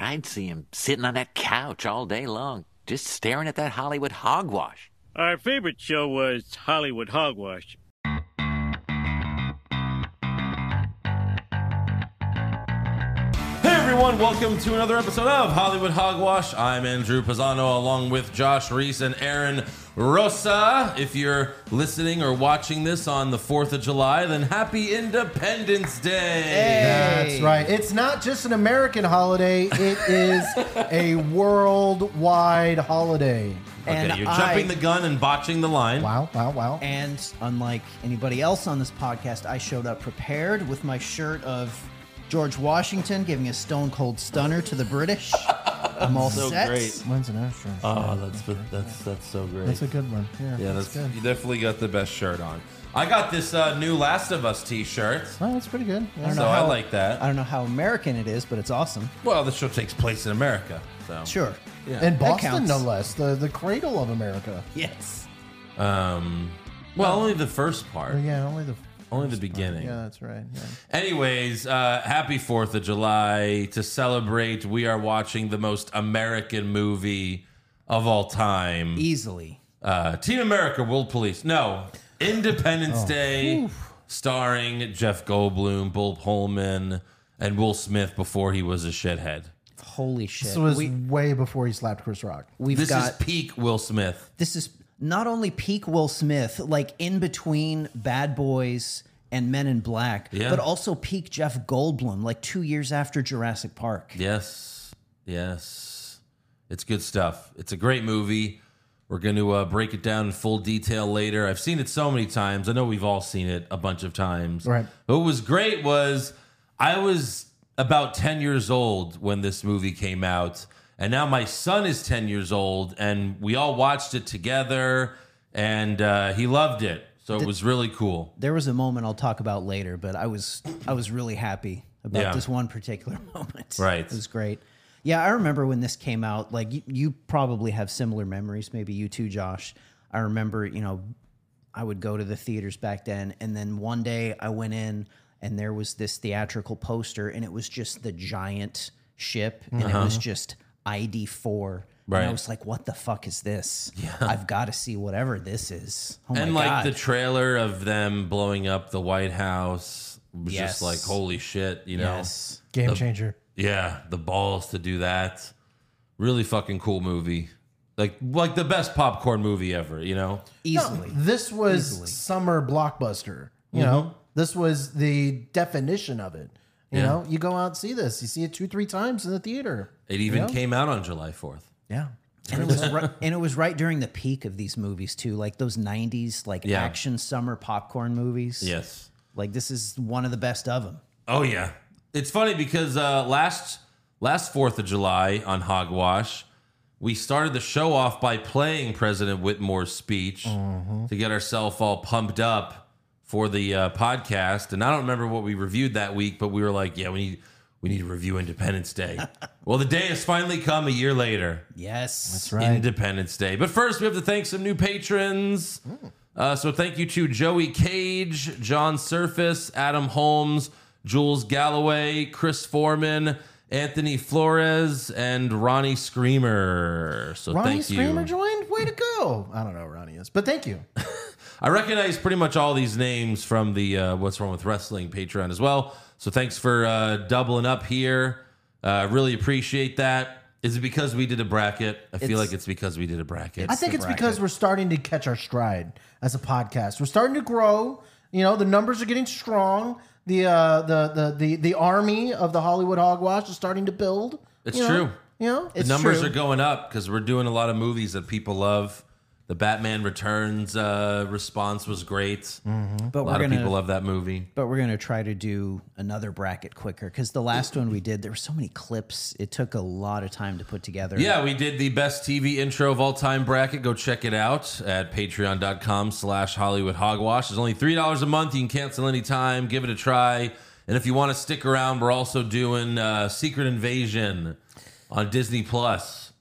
I'd see him sitting on that couch all day long, just staring at that Hollywood hogwash. Our favorite show was Hollywood Hogwash. Hey everyone, welcome to another episode of Hollywood Hogwash. I'm Andrew Pisano along with Josh Reese and Aaron Rosa. If you're listening or watching this on the 4th of July, then happy Independence Day. That's right. It's not just an American holiday, it is a worldwide holiday. Okay, And you're I- jumping the gun and botching the line. Wow, wow, wow. And unlike anybody else on this podcast, I showed up prepared with my shirt of George Washington giving a stone cold stunner to the British. I'm all So set. great. When's an asterisk? Oh, that's that's that's so great. That's a good one. Yeah, yeah, that's, that's, good. you definitely got the best shirt on. I got this uh, new Last of Us T-shirt, Oh, that's pretty good. Yeah. don't so know I how- like that. I don't know how American it is, but it's awesome. well, the show takes place in America, so Sure. And Boston, counts. no less, the, the cradle of America. Yes. Um, well, only the first part, But yeah, only the. only the beginning. Yeah, that's right. Yeah. Anyways, uh, happy 4th of July. To celebrate, we are watching the most American movie of all time. E- Easily. Uh, Team America, World Police. No, Independence Day, starring Jeff Goldblum, Bill Pullman, and Will Smith before he was a shithead. Holy shit. This was we, way before he slapped Chris Rock. we've This got is peak Will Smith. this is not only peak Will Smith, like in between Bad Boys and Men in Black, Yeah. but also peak Jeff Goldblum, like two years after Jurassic Park. Yes, yes. It's good stuff. It's a great movie. We're going to uh, break it down in full detail later. I've seen it so many times. I know we've all seen it a bunch of times. Right. What was great was I was about 10 years old when this movie came out. And now my son is 10 years old, and we all watched it together, and uh, he loved it. So it was really cool. There was a moment I'll talk about later, but I was I was really happy about Yeah. this one particular moment. Right. It was great. Yeah, I remember when this came out, like you, you probably have similar memories, maybe you too, Josh. I remember, you know, I would go to the theaters back then and then one day I went in and there was this theatrical poster and it was just the giant ship and it was just ID4. And Uh-huh. Right. I was like, what the fuck is this? Yeah. I've got to see whatever this is. Oh and my like God. the trailer of them blowing up the White House was just Yes. like holy shit, you know? Yes. Game changer. Yeah, the balls to do that. Really fucking cool movie. Like like the best popcorn movie ever, you know? Easily. This was summer blockbuster. You know, this was the definition of it. You Yeah. know, you go out and see this. You see it two, three times in the theater. It even Yeah. came out on July 4th. Yeah. and it was right, and it was right during the peak of these movies too, like those '90s like Yeah. action summer popcorn movies. Yes. like this is one of the best of them. Oh yeah. It's funny because uh last last 4th of July on Hogwash, we started the show off by playing President Whitmore's speech to get ourselves all pumped up for the uh, podcast. And I don't remember what we reviewed that week, but we were like, yeah, we need we need to review Independence Day. well, the day has finally come a year later. Yes, that's Independence Day. But first, we have to thank some new patrons. Hmm. Uh, so, thank you to Joey Cage, John Surface, Adam Holmes, Jules Galloway, Chris Foreman, Anthony Flores, and Ronnie Screamer. So, Ronnie thank Screamer you. joined? Way to go. I don't know who Ronnie is, but thank you. I recognize pretty much all these names from the uh, What's Wrong with Wrestling Patreon as well. So thanks for uh, doubling up here. Uh, really appreciate that. Is it because we did a bracket? I feel It's- like it's because we did a bracket. I think the it's because we're starting to catch our stride as a podcast. We're starting to grow. You know, the numbers are getting strong. The uh, the the the the army of the Hollywood hogwash is starting to build. It's you know? true. You know, the numbers are going up because we're doing a lot of movies that people love. The Batman Returns uh, response was great. But A Mm-hmm. we're lot of gonna people love that movie. but we're gonna try to do another bracket quicker because the last one we did there were so many clips. It took a lot of time to put together. Yeah, we did the best TV intro of all time bracket. Go check it out at patreon.com slash Hollywood Hogwash. It's only $3 a month. You can cancel anytime. Give it a try. And if you want to stick around, we're also doing uh, Secret Invasion on Disney Plus.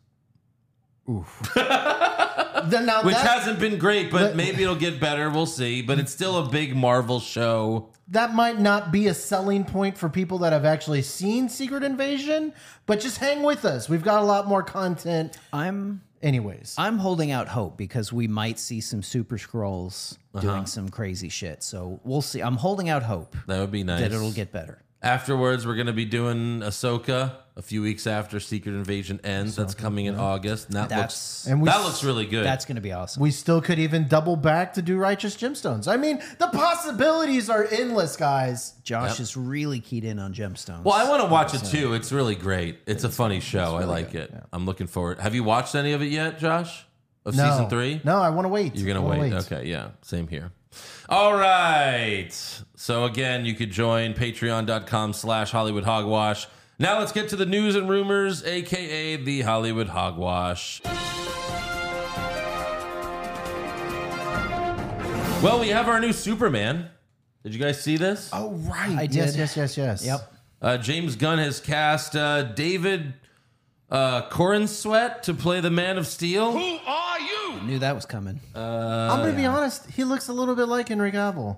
then now which that, hasn't been great, but maybe it'll get better. We'll see. But it's still a big Marvel show. that might not be a selling point for people that have actually seen Secret Invasion, but just hang with us. We've got a lot more content, I'm anyways. I'm holding out hope because we might see some Super Scrolls Uh-huh. doing some crazy shit. So we'll see. I'm holding out hope That would be nice. that it'll get better. Afterwards, we're going to be doing Ahsoka a few weeks after Secret Invasion ends. That's coming in August. And that That's- looks And we- that looks really good. That's going to be awesome. we still could even double back to do Righteous Gemstones. I mean, the possibilities are endless, guys. Josh is really keyed in on gemstones. well, I want to watch it too. It's really great. It's a funny show. I like it. I'm looking forward. Have you watched any of it yet, Josh? Of No. season three? No, I want to Oh, wait. You're I gonna wanna wait. Okay, yeah, same here. All right. So again, you could join patreon.com slash Hollywood Hogwash. Now let's get to the news and rumors, aka the Hollywood Hogwash. Well, we have our new Superman. Did you guys see this? Oh right. I Yes, did. yes, yes, yes. Yep. Uh, James Gunn has cast uh, David uh, Corin Sweat to play the Man of Steel. Knew that was coming. Oh, I'm gonna be honest. He looks a little bit like Henry Cavill.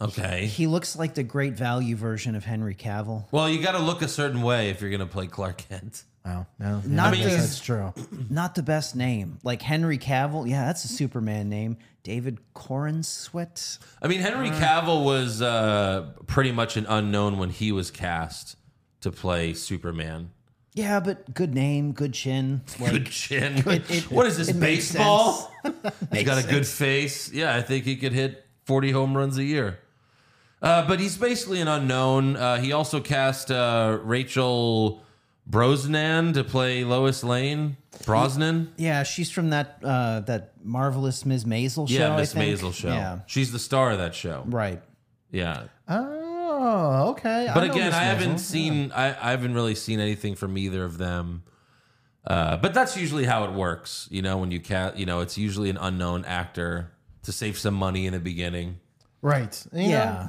Okay. he looks like the great value version of Henry Cavill. Well, you got to look a certain way if you're going to play Clark Kent. Wow. No, Not yeah, the- that's true. Not the best name. Like Henry Cavill. Yeah, that's a Superman name. David Cornsweet. I mean, Henry Cavill was uh, pretty much an unknown when he was cast to play Superman. Yeah, but good name, good chin. Like, Good chin. it- what is this it makes baseball? He's got a good face. Yeah, I think he could hit forty home runs a year. Uh, but he's basically an unknown. Uh, he also cast uh, Rachel Brosnan to play Lois Lane. Brosnan. Yeah, she's from that uh, that marvelous Ms. Maisel show. Yeah, I Miss think. Maisel show. Yeah, She's the star of that show. right. Yeah. Oh, okay. But know again, Miss I Maisel. haven't seen I, I haven't really seen anything from either of them. Uh, but that's usually how it works, you know. When you cat, you know, it's usually an unknown actor to save some money in the beginning. Right. You Yeah,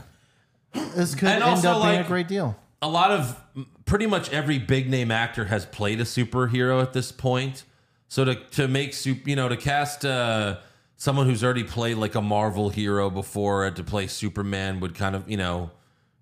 know, this could And end also, up being a like- great deal. A lot of pretty much every big name actor has played a superhero at this point. So to to make soup, you know, to cast uh, someone who's already played like a Marvel hero before to play Superman would kind of, you know,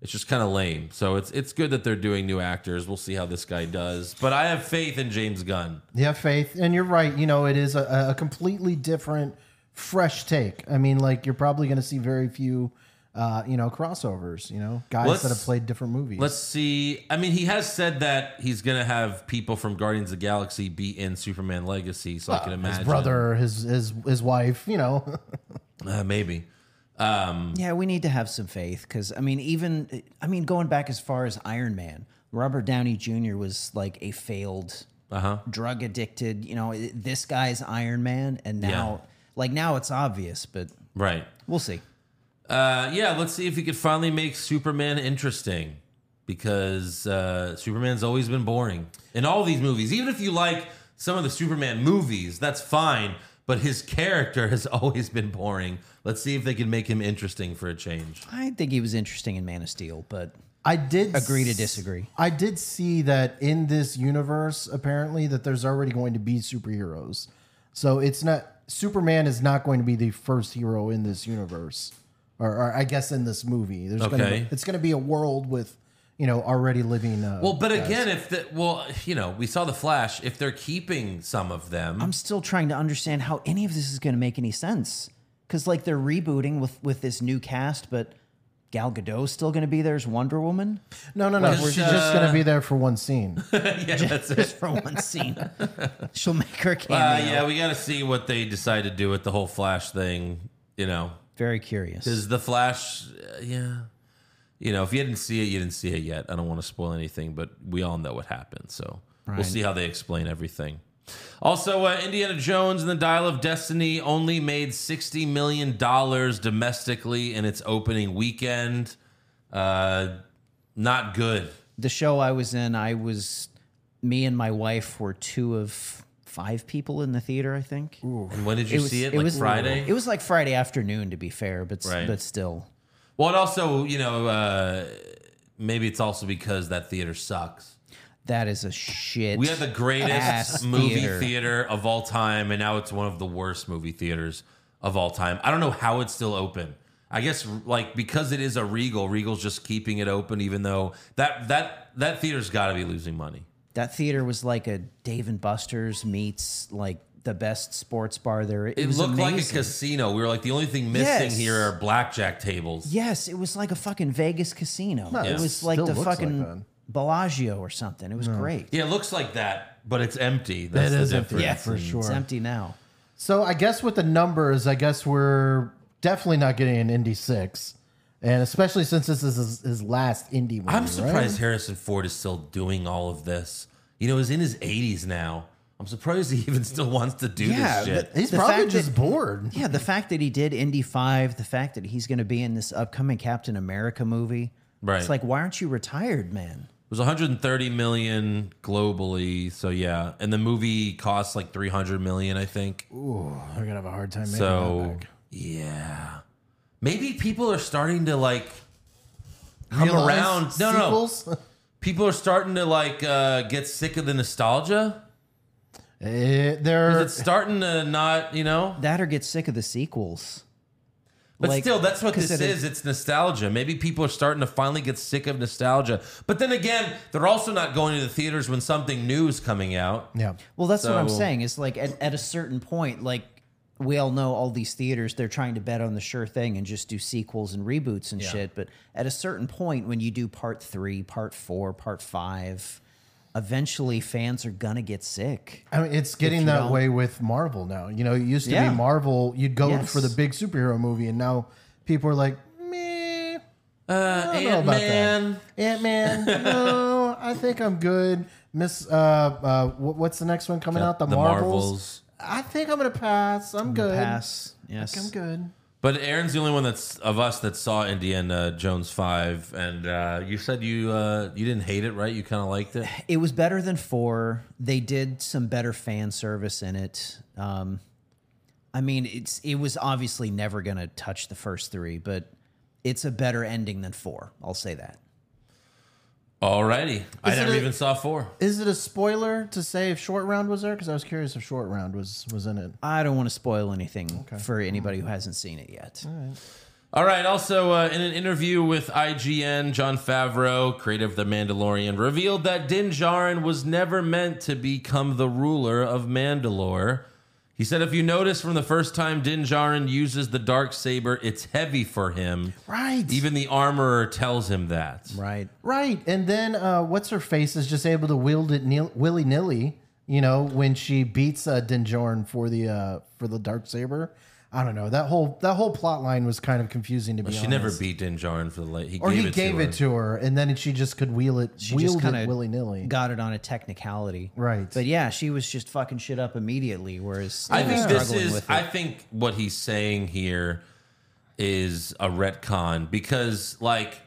it's just kind of lame. So it's it's good that they're doing new actors. We'll see how this guy does. But I have faith in James Gunn. Yeah, Faith, and you're right. You know, it is a, a completely different, fresh take. I mean, like you're probably going to see very few, uh, you know, crossovers. You know, guys Let's- that have played different movies. Let's see. I mean, he has said that he's gonna have people from Guardians of the Galaxy be in Superman Legacy, so I can imagine Uh, his brother, his his his wife. You know, Uh, maybe. yeah. We need to have some faith because I mean, even I mean, going back as far as Iron Man, Robert Downey Jr. was like a failed, drug addicted. You know, i- this guy's Iron Man, and now like now it's obvious, but Right. we'll see. Uh, yeah, let's see if he could finally make Superman interesting because uh, Superman's always been boring in all these movies. Even if you like some of the Superman movies, that's fine, but his character has always been boring. Let's see if they can make him interesting for a change. I think he was interesting in Man of Steel, but I did agree to s- disagree. I did see that in this universe, apparently, that there's already going to be superheroes. So it's not Superman is not going to be the first hero in this universe, or, or I guess in this movie. There's gonna Okay. be, it's going to be a world with you know already living. Uh, Well, but again, if the well, you know, we saw the Flash. If they're keeping some of them, I'm still trying to understand how any of this is going to make any sense because like they're rebooting with with this new cast, but Gal Gadot's still going to be there as Wonder Woman no, no, no. Well, She's uh, just going to be there for one scene. yeah, that's it. just for one scene. She'll make her Uh, cameo. yeah, we got to see what they decide to do with the whole Flash thing. You know, Very curious. is the Flash? Uh, yeah, you know, if you didn't see it, you didn't see it yet. I don't want to spoil anything, but we all know what happened, so we'll see how they explain everything. Also, uh, Indiana Jones and the Dial of Destiny only made sixty million dollars domestically in its opening weekend. Uh, not good. the show I was in, I was me and my wife were two of five people in the theater. I think And when did you see it? like was Friday. It was like Friday afternoon, to be fair, but s- Right. but still, Well, and also, you know, uh, maybe it's also because that theater sucks. That is a shit. We had the greatest ass movie theater. theater. of all time, and now it's one of the worst movie theaters of all time. I don't know how it's still open. I guess like because it is a Regal, Regal's just keeping it open, even though that that that theater's got to be losing money. That theater was like a Dave and Buster's meets like the best sports bar there. It, It, was looked amazing. like a casino. We were like the only thing missing Yes. here are blackjack tables. Yes, it was like a fucking Vegas casino. Yeah. It was like Still the looks like fucking that. Bellagio or something. It was great. Yeah, it looks like that, but it's empty. That's the difference. Yeah, for It's sure. empty now. So I guess with the numbers, I guess we're definitely not getting an Indy six, and especially since this is his, his last Indy. Movie, I'm right? surprised Harrison Ford is still doing all of this. You know, he's in his 80s now. I'm surprised he even still wants to do Yeah, this shit. but- He's The probably fact just that- bored. Yeah, the fact that he did Indy 5, the fact that he's going to be in this upcoming Captain America movie. Right. It's like, why aren't you retired, man? It was 130 million globally, so yeah, and the movie costs like 300 million, I think. I'm gonna have a hard time. so yeah, maybe people are starting to like come Realize around. No, no, sequels? people are starting to like uh, get sick of the nostalgia. Eh, they're It's starting to not, you know. That or get sick of the sequels. But Like, still, that's what 'cause this it is. It's nostalgia. Maybe people are starting to finally get sick of nostalgia. But then again, they're also not going to the theaters when something new is coming out. yeah. Well, that's what I'm So- saying. It's like at, at a certain point, like we all know all these theaters, they're trying to bet on the sure thing and just do sequels and reboots and shit. But at a certain point, when you do part three, part four, part five, eventually fans are going to get sick. I mean, it's getting that way with Marvel now. You know, it used to Yeah. be Marvel. You'd go Yes. for the big superhero movie, and now people are like, meh, Uh, don't know Ant about that. Man. Ant Man. no, I think I'm good. Miss, uh, uh, wh- what's the next one coming out? The, The Marvels. Marvels. I think I'm gonna pass. I'm good. Pass. Yes. I'm good. But Aaron's the only one that's of us that saw Indiana Jones five, and uh, you said you uh, you didn't hate it, right? You kind of liked it. It was better than four. They did some better fan service in it. Um, I mean, it's it was obviously never going to touch the first three, but it's a better ending than four. I'll say that. Alrighty, I Is it never a- even saw four. Is it a spoiler to say if Short Round was there? Because I was curious if Short Round was was in it. I don't want to spoil anything for anybody who hasn't seen it yet. All right. Also, uh, in an interview with IGN, John Favreau, creator of The Mandalorian, revealed that Din Djarin was never meant to become the ruler of Mandalore. He said, "If you notice from the first time Din Djarin uses the dark saber, it's heavy for him. Right. Even the armorer tells him that. Right. Right, and then uh, what's her face is just able to wield it willy nilly. You know, when she beats uh, Din Djarin for the uh, for the dark saber. I don't know that whole that whole plot line was kind of confusing to be She honest. never beat Din Djarin for the late. He or gave he it gave to her. it to her, and then she just could wheel it She just wield kinda it willy nilly. Got it on a technicality. Right. But yeah, she was just fucking shit up immediately, whereas I he was think this struggling is. with it. I think what he's saying here is a retcon because, like,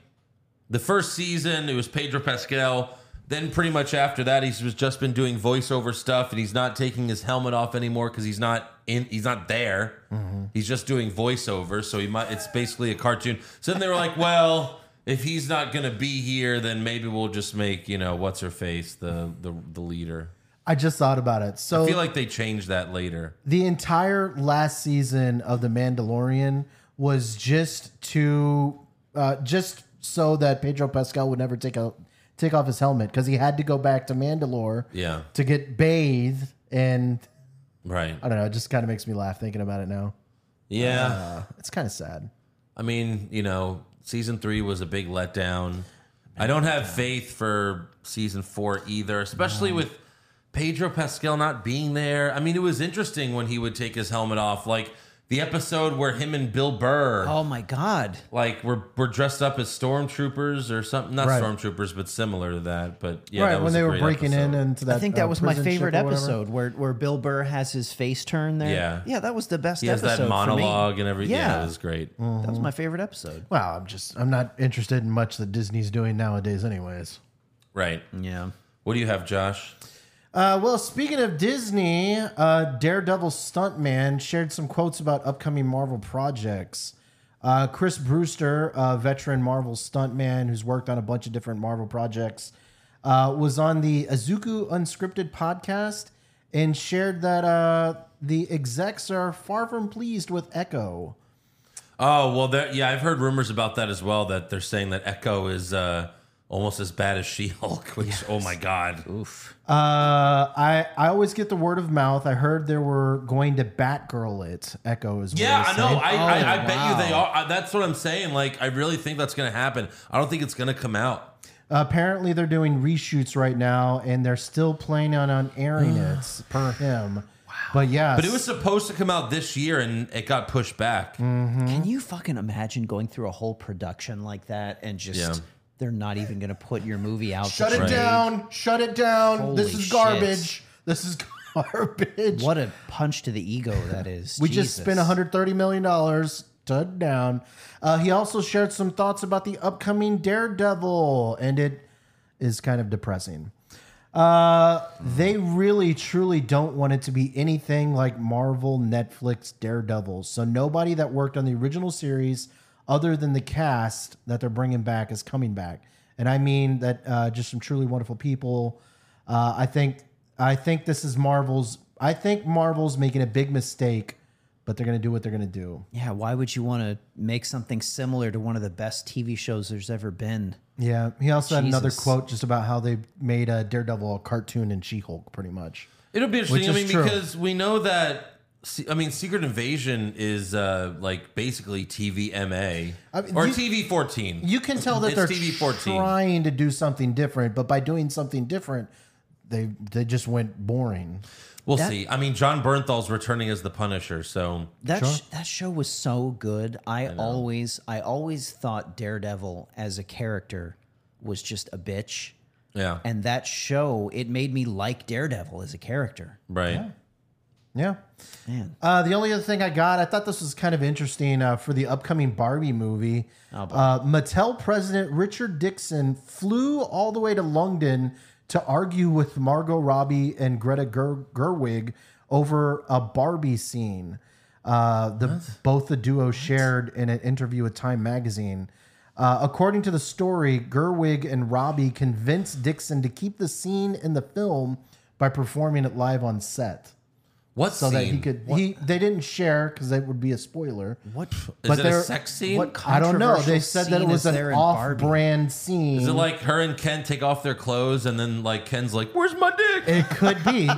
the first season it was Pedro Pascal. Then pretty much after that, he's was just been doing voiceover stuff, and he's not taking his helmet off anymore because he's not in. He's not there. Mm-hmm. He's just doing voiceover, so he might. It's basically a cartoon. So then they were like, well. If he's not gonna be here, then maybe we'll just make you know what's her face the the, the leader. I just thought about it. So I feel like they changed that later. the entire last season of The Mandalorian was just to uh, just so that Pedro Pascal would never take a take off his helmet because he had to go back to Mandalore Yeah. to get bathed and Right. I don't know, it just kind of makes me laugh thinking about it now. Yeah. It's kind of sad. I mean, you know, season three was a big letdown. I don't have faith for season four either, especially with Pedro Pascal not being there. I mean, it was interesting when he would take his helmet off, like the episode where him and Bill Burr, oh my God. like, were, were dressed up as stormtroopers or something. Not Right. stormtroopers, but similar to that. But yeah, right that when was they a were great breaking episode. in into that, I think that uh, was my prison ship favorite or whatever. episode where, where Bill Burr has his face turned there. Yeah. Yeah, that was the best He has episode. that monologue for me. and everything. Yeah. Yeah. it was great. Mm. That was my favorite episode. Well, I'm just I'm not interested in much that Disney's doing nowadays, anyways. Right. Yeah. What do you have, Josh? Uh, well, speaking of Disney, uh, Daredevil stuntman shared some quotes about upcoming Marvel projects. Uh, Chris Brewster, a veteran Marvel stuntman who's worked on a bunch of different Marvel projects, uh, was on the Azuku Unscripted podcast and shared that uh, the execs are far from pleased with Echo. Oh well, that yeah, I've heard rumors about that as well. That they're saying that Echo is uh, almost as bad as She Hulk. Which oh my god, Uh, I I always get the word of mouth. I heard they were going to Batgirl it. Echo is what yeah, they I know. said. I, I, I bet you they Oh, wow. are. I, that's what I'm saying. Like I really think that's gonna happen. I don't think it's gonna come out. Apparently, they're doing reshoots right now, and they're still planning on, on airing it per him. But yeah, But it was supposed to come out this year, and it got pushed back. Mm. Can Mm-hmm. you fucking imagine going through a whole production like that and just Yeah. they're not even going to put your movie out? shut that it you made? down. Shut it down. this Holy is shit. garbage. This is garbage. What a punch to the ego that is. We just spent Jesus. 130 million dollars. Tud down. Uh, he also shared some thoughts about the upcoming Daredevil, and it is kind of depressing. Uh, they really, truly don't want it to be anything like Marvel, Netflix, Daredevil. So nobody that worked on the original series, other than the cast that they're bringing back, is coming back. And I mean that uh, just some truly wonderful people. Uh, I think I think this is Marvel's. I think Marvel's making a big mistake, but they're gonna do what they're gonna do. Yeah, why would you want to make something similar to one of the best TV shows there's ever been? Yeah. He also had another Jesus. quote just about how they made a Daredevil a cartoon and She Hulk, pretty much. It'll be interesting. I is mean, true. because we know that. Se- I mean, Secret Invasion is uh, like basically TVMA I mean, or you- TV fourteen. You can tell that It's they're TV-14. trying to do something different, but by doing something different, they they just went boring. we'll that- see. I mean, John Bernthal's returning as the Punisher, so That sh- that show was so good. I, always I always thought Daredevil as a character was just a bitch. yeah, And that show, it made me like Daredevil as a character. right. Yeah. Man. Uh, the only other thing I got, I thought this was kind of interesting uh, for the upcoming Barbie movie. uh, Mattel president Richard Dixon flew all the way to London to argue with Margot Robbie and Greta Ger- Gerwig over a Barbie scene. Uh, the both the duo shared in an interview with Time magazine. Uh, according to the story, Gerwig and Robbie convinced Dixon to keep the scene in the film by performing it live on set What so that he scene? could he they didn't share because that would be a spoiler. What Is it a they're- sex scene? what I don't know. They controversial said that it scene was is there an in Barbie? off-brand scene. Is it like her and Ken take off their clothes and then like Ken's like, "Where's my dick?" it could be.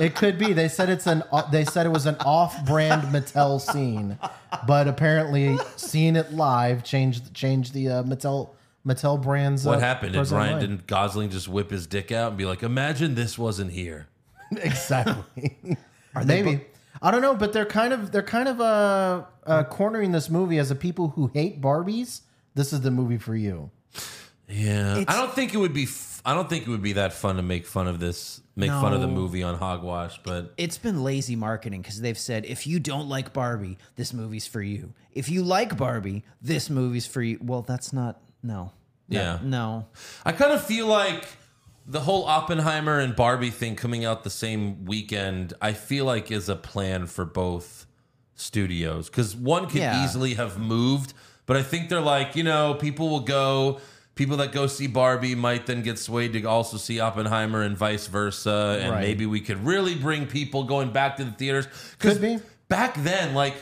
It could be. They said it's an. uh, They said it was an off-brand Mattel scene, but apparently seeing it live changed changed the uh, Mattel Mattel brands. What uh, happened? Did present Ryan line. didn't Gosling just whip his dick out and be like, "Imagine this wasn't here." exactly. Maybe I don't know, but they're kind of they're kind of uh, uh, cornering this movie as a people who hate Barbies. This is the movie for you. Yeah, I don't think it would be. F- I don't think it would be that fun to make fun of this, make fun of the No. movie on Hogwash. But it's been lazy marketing because they've said if you don't like Barbie, this movie's for you. If you like Barbie, this movie's for you. Well, that's not no. No, Yeah. No. I kind of feel like the whole Oppenheimer and Barbie thing coming out the same weekend. I feel like is a plan for both studios because one could Yeah. easily have moved, but I think they're like, you know, people will go. People that go see Barbie might then get swayed to also see Oppenheimer and vice versa, and Right. maybe we could really bring people going back to the theaters. 'Cause Could be. back then, like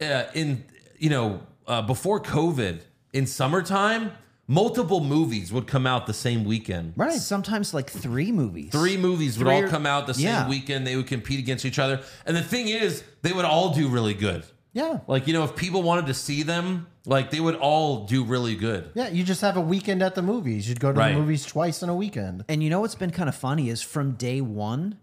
uh, in you know uh, before COVID, in summertime, multiple movies would come out the same weekend. Right. Sometimes like three movies. Three movies would all or- come out the same yeah. weekend. They would compete against each other, and the thing is, they would all do really good. Yeah. Like you know, if people wanted to see them, like they would all do really good. Yeah, you just have a weekend at the movies. You'd go to Right. the movies twice in a weekend. And you know what's been kind of funny is from day one,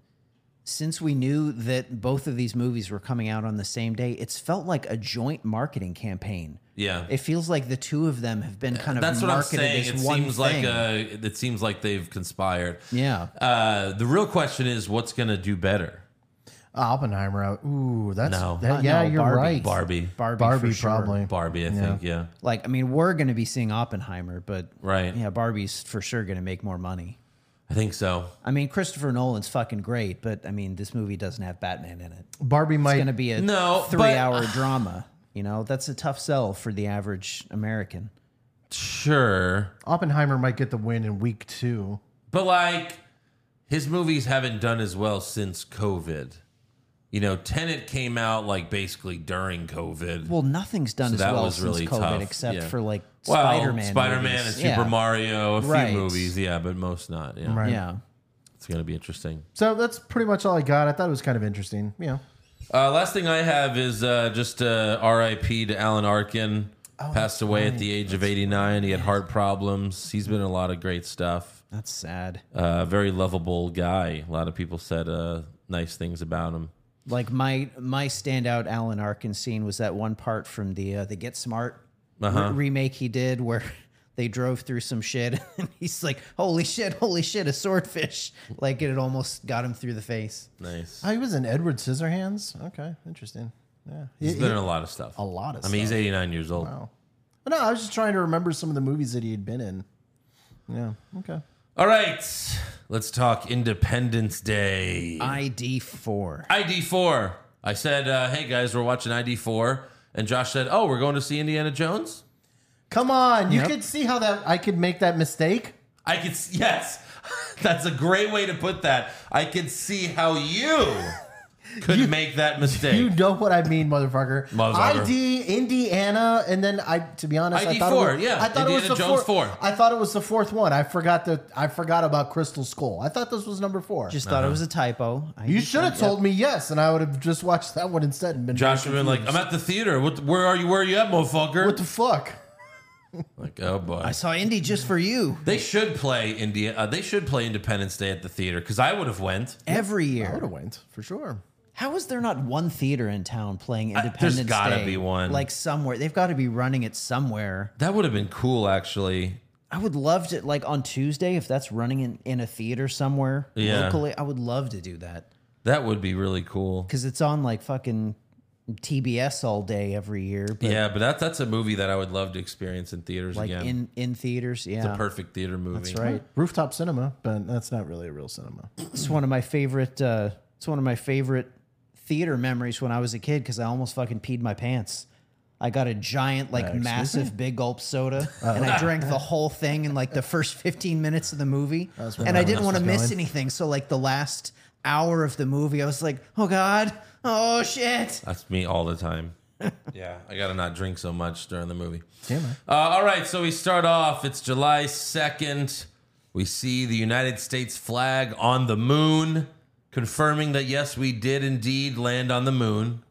since we knew that both of these movies were coming out on the same day, it's felt like a joint marketing campaign. Yeah. It feels like the two of them have been kind of That's what I'm marketed saying. It as one seems like thing. uh, it seems like they've conspired. yeah. Uh, the real question is, what's going to do better, Uh, Oppenheimer out. Ooh, that's No. that- Uh, yeah, no, you're Barbie. right. Barbie? Barbie, Barbie for sure. probably. Barbie, I think. Yeah. Like, I mean, we're going to be seeing Oppenheimer, but Right. yeah, Barbie's for sure going to make more money. I think so. I mean, Christopher Nolan's fucking great, but I mean, this movie doesn't have Batman in it. It's Barbie might going to be a No, but- three-hour drama. You know, that's a tough sell for the average American. Sure. Oppenheimer might get the win in week two. But like his movies haven't done as well since COVID. You know, Tenet came out like basically during COVID. Well, nothing's done So as that well was since really COVID, tough, except yeah. for like Well, Spider-Man, Spider-Man and movies. Super Yeah. Mario, a few Right. movies, yeah, but most not. Yeah, Right. Yeah, it's gonna be interesting. So that's pretty much all I got. I thought it was kind of interesting. You know, Uh, last thing I have is uh, just uh, R.I.P. to Alan Arkin. Oh, Passed away at the age of 89. He had heart problems. He's been in a lot of great stuff. that's sad. Uh, very lovable guy. A lot of people said uh, nice things about him. Like my my standout Alan Arkin scene was that one part from the uh, the Get Smart Uh-huh. re- remake he did where they drove through some shit and he's like, "Holy shit! Holy shit! A swordfish!" Like it almost got him through the face. Nice. oh, he was in Edward Scissorhands. Okay, interesting. Yeah, He's He- been in a lot of stuff. a lot of. I mean, he's 89 years old. Wow. No, I was just trying to remember some of the movies that he had been in. Yeah. Okay. All right. Let's talk Independence Day. ID four. ID4. I said, uh, hey guys, we're watching ID4. And Josh said, oh, we're going to see Indiana Jones? Come on, you Yep. could see how that I could make that mistake. I could s- yes, that's a great way to put that. I could see how you could make that mistake. You know what I mean, motherfucker. Motherfucker. ID Indiana, and then I. To be honest, I ID thought four, it was, yeah. I thought it was Indiana the Jones fourth. four. I thought it was the fourth one. I forgot the. I forgot about Crystal Skull. I thought this was number four. Just Uh-huh. thought it was a typo. you should have told me yes, and I would have just watched that one instead and been. Josh would have been like, "I'm at the theater. What? Where are you? Where are you at, motherfucker?" what the fuck? like, oh boy. I saw Indy just for you they should play India. Uh, they should play Independence Day at the theater because I would have went. every year. I would have went for sure. How is there not one theater in town playing there's Independence Day? gotta be one. Like somewhere. They've got to be running it somewhere. That would have been cool, actually. I would love to, like on Tuesday, if that's running in, in a theater somewhere Yeah. locally, I would love to do that. That would be really cool. Because it's on like fucking TBS all day every year. But Yeah, but that that's a movie that I would love to experience in theaters like again. in, in theaters. Yeah. the perfect theater movie. that's right. Rooftop cinema, but that's not really a real cinema. It's one of my favorite, uh, it's one of my favorite theater memories when I was a kid because I almost fucking peed my pants. I got a giant, like massive big gulp soda Oh. and I drank the whole thing in like the first 15 minutes of the movie. where And my I didn't mind want to was miss going. anything. So, like, the last hour of the movie, I was like, oh God, oh shit. That's me all the time. yeah, I gotta not drink so much during the movie. Damn it. Uh, all right, so we start off. It's July 2nd. We see the United States flag on the moon, confirming that yes, we did indeed land on the moon.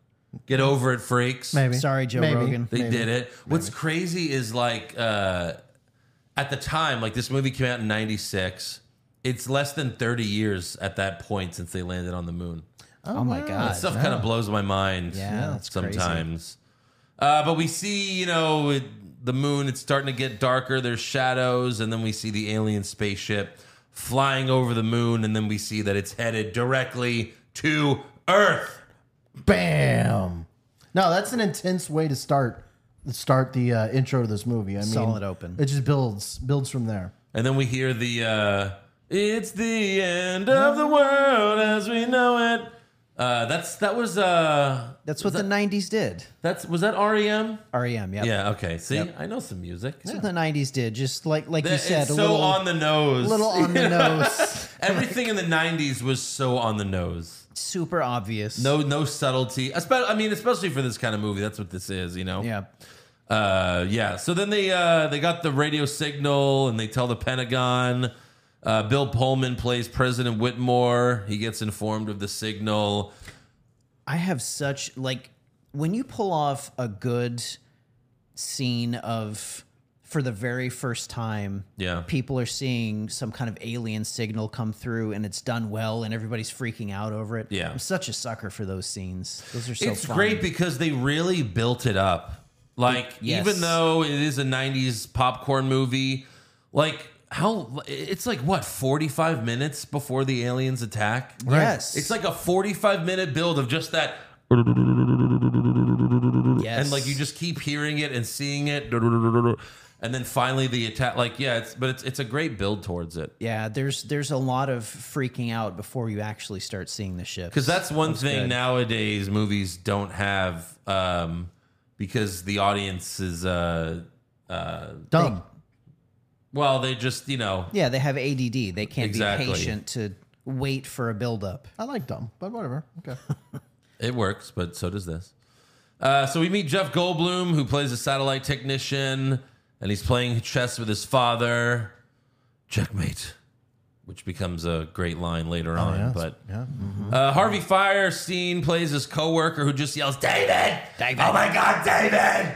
Get over it, freaks. Maybe. Sorry, Joe Maybe. Rogan. They did it. What's crazy is like uh, at the time, like this movie came out in 96. It's less than 30 years at that point since they landed on the moon. Oh, my God. That stuff kind of blows my mind. Yeah, that's crazy. sometimes. Uh, but we see, you know, it, the moon. It's starting to get darker. There's shadows, and then we see the alien spaceship flying over the moon, and then we see that it's headed directly to Earth. Bam. No, that's an intense way to start start the uh, intro to this movie. I mean, Solid open. It just builds builds from there. And then we hear the uh, "It's the end of the world as we know it." Uh, that's that was uh, That's what the 90s did. that's was that REM? REM, yep. Yeah. Okay. See, I know some music. That's what the 90s did. Just like, like you It's said, a so little, on the nose. little on the nose, Everything in the '90s was so on the nose. super obvious. No, no subtlety. Especially, I mean, especially for this kind of movie. That's what this is, you know. Yeah. Uh, yeah. So then they uh, they got the radio signal and they tell the Pentagon. Uh, Bill Pullman plays President Whitmore. He gets informed of the signal. I have such like when you pull off a good scene of for the very first time, Yeah. people are seeing some kind of alien signal come through and it's done well and everybody's freaking out over it. Yeah. I'm such a sucker for those scenes. Those are so it's fun. great because they really built it up. Like Yes. even though it is a '90s popcorn movie, like how it's like what 45 minutes before the aliens attack. Yes. It's like a 45 minute build of just that yes. and like you just keep hearing it and seeing it and then finally the attack like yeah it's but it's it's a great build towards it Yeah, there's there's a lot of freaking out before you actually start seeing the ship. because that's one thing nowadays movies don't have um because the audience is uh Dumb. Well, they just, you know, Yeah, they have ADD. They can't Exactly. be patient to wait for a buildup. I like dumb, but whatever. Okay. It works, but so does this. Uh, so we meet Jeff Goldblum, who plays a satellite technician, and he's playing chess with his father. Checkmate, which becomes a great line later on. But mm. uh, Harvey Firestein plays his coworker who just yells, "David! David! Oh my God, David!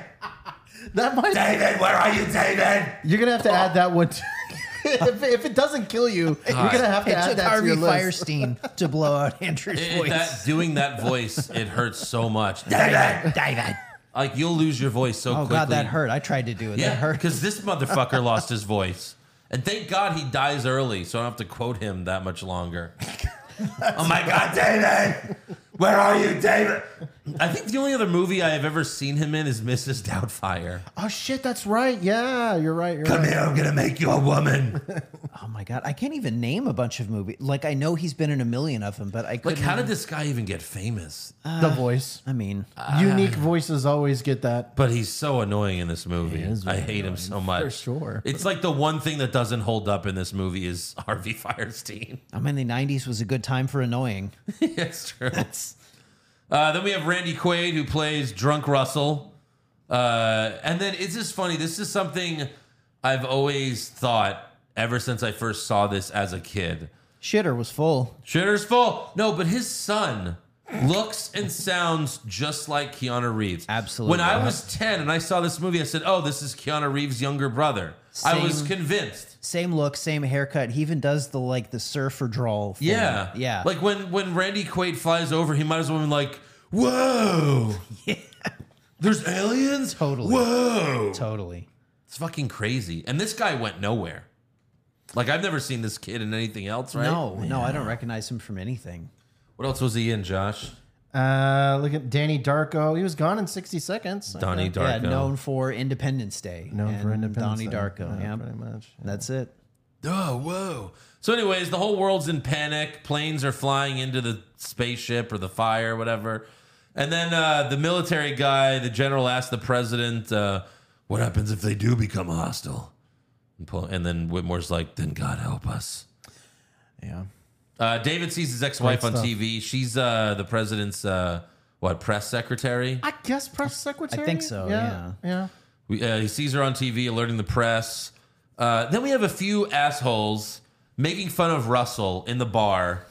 That might David, where are you, David?" you're gonna have to add that one. To, if, if it doesn't kill you, you're gonna have to It add took that Harvey to your list. Firestein to blow out Andrew's It- voice. that, doing that voice, it hurts so much. David, David. Like you'll lose your voice so Oh quickly. god, that hurt. I tried to do it. That Yeah, hurt. because this motherfucker lost his voice. And thank God he dies early, so I don't have to quote him that much longer. oh my God, David! Where are you, David? I think the only other movie I have ever seen him in is Mrs. Doubtfire. Oh shit, that's right. Yeah, you're right. You're Come right. here, I'm gonna make you a woman. Oh my god, I can't even name a bunch of movies. Like I know he's been in a million of them, but I Like, couldn't. how did this guy even get famous? the voice. I mean, Unique voices always get that. But he's so annoying in this movie. I hate him so much. sure. It's like the one thing that doesn't hold up in this movie is Harvey Firestein. I mean, the '90s was a good time for annoying. That's true. Uh, then we have Randy Quaid who plays Drunk Russell. Uh, and then it's just funny. This is something I've always thought ever since I first saw this as a kid. Shitter was full. Shitter's full. No, but his son looks and sounds just like Keanu Reeves. Absolutely. When I was 10 and I saw this movie, I said, oh, this is Keanu Reeves' younger brother. I was Same. convinced. Same look, same haircut. He even does the like the surfer drawl. thing. Yeah. yeah. Like when when Randy Quaid flies over, he might as well be like, "Whoa, there's aliens." Totally. Whoa, totally. it's fucking crazy. And this guy went nowhere. Like I've never seen this kid in anything else, right? No, no, I don't recognize him from anything. What else was he in, Josh? Uh, look at Danny Darko. He was gone in 60 seconds. Donnie Yeah, Darko. known for Independence Day. Known for and Independence Donnie Day. Darko. Yeah, Yeah, pretty much. That's it. Oh, whoa. So, anyways, the whole world's in panic. Planes are flying into the spaceship or the fire, whatever. And then uh, the military guy, the general, asked the president, uh, "What happens if they do become hostile?" And, pull, and then Whitmore's like, "Then God help us." Yeah. Uh, David sees his ex-wife on TV. She's uh, the president's uh, what press secretary. I guess press secretary. so, Yeah. We, uh, he sees her on TV alerting the press. Uh, then we have a few assholes making fun of Russell in the bar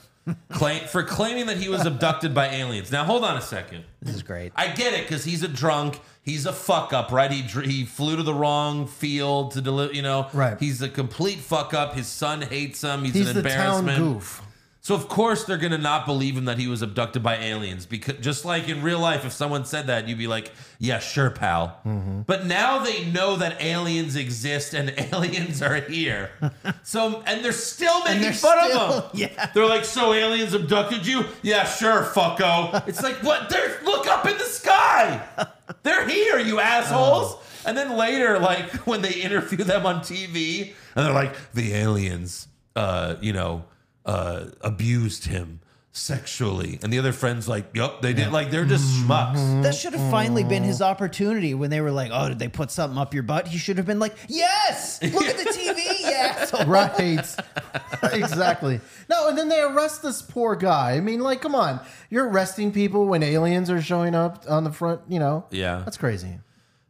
claim, for claiming that he was abducted by aliens. Now, hold on a second. This is great. I get it because he's a drunk. He's a fuck up, right? He dr- he flew to the wrong field to deliver. You know, Right. He's a complete fuck up. His son hates him. He's, He's an the town embarrassment. goof. So of course they're gonna not believe him that he was abducted by aliens because just like in real life, if someone said that, you'd be like, "Yeah, sure, pal." Mm-hmm. But now they know that aliens exist and aliens are here. So and they're still making they're fun still- of him. yeah. they're like, "So aliens abducted you?" Yeah, sure, fucko. It's like, what? They're look up in the sky. They're here, you assholes. And then later, like when they interview them on TV, and they're like, the aliens, uh, you know, uh, abused him sexually, and the other friend's like, yup, they did. Like they're just schmucks. That should have finally been his opportunity when they were like, "Oh, did they put something up your butt?" He should have been like, "Yes, look at the TV, yes." Right. exactly. No, and then they arrest this poor guy. I mean, like, come on. You're arresting people when aliens are showing up on the front, you know? Yeah. That's crazy.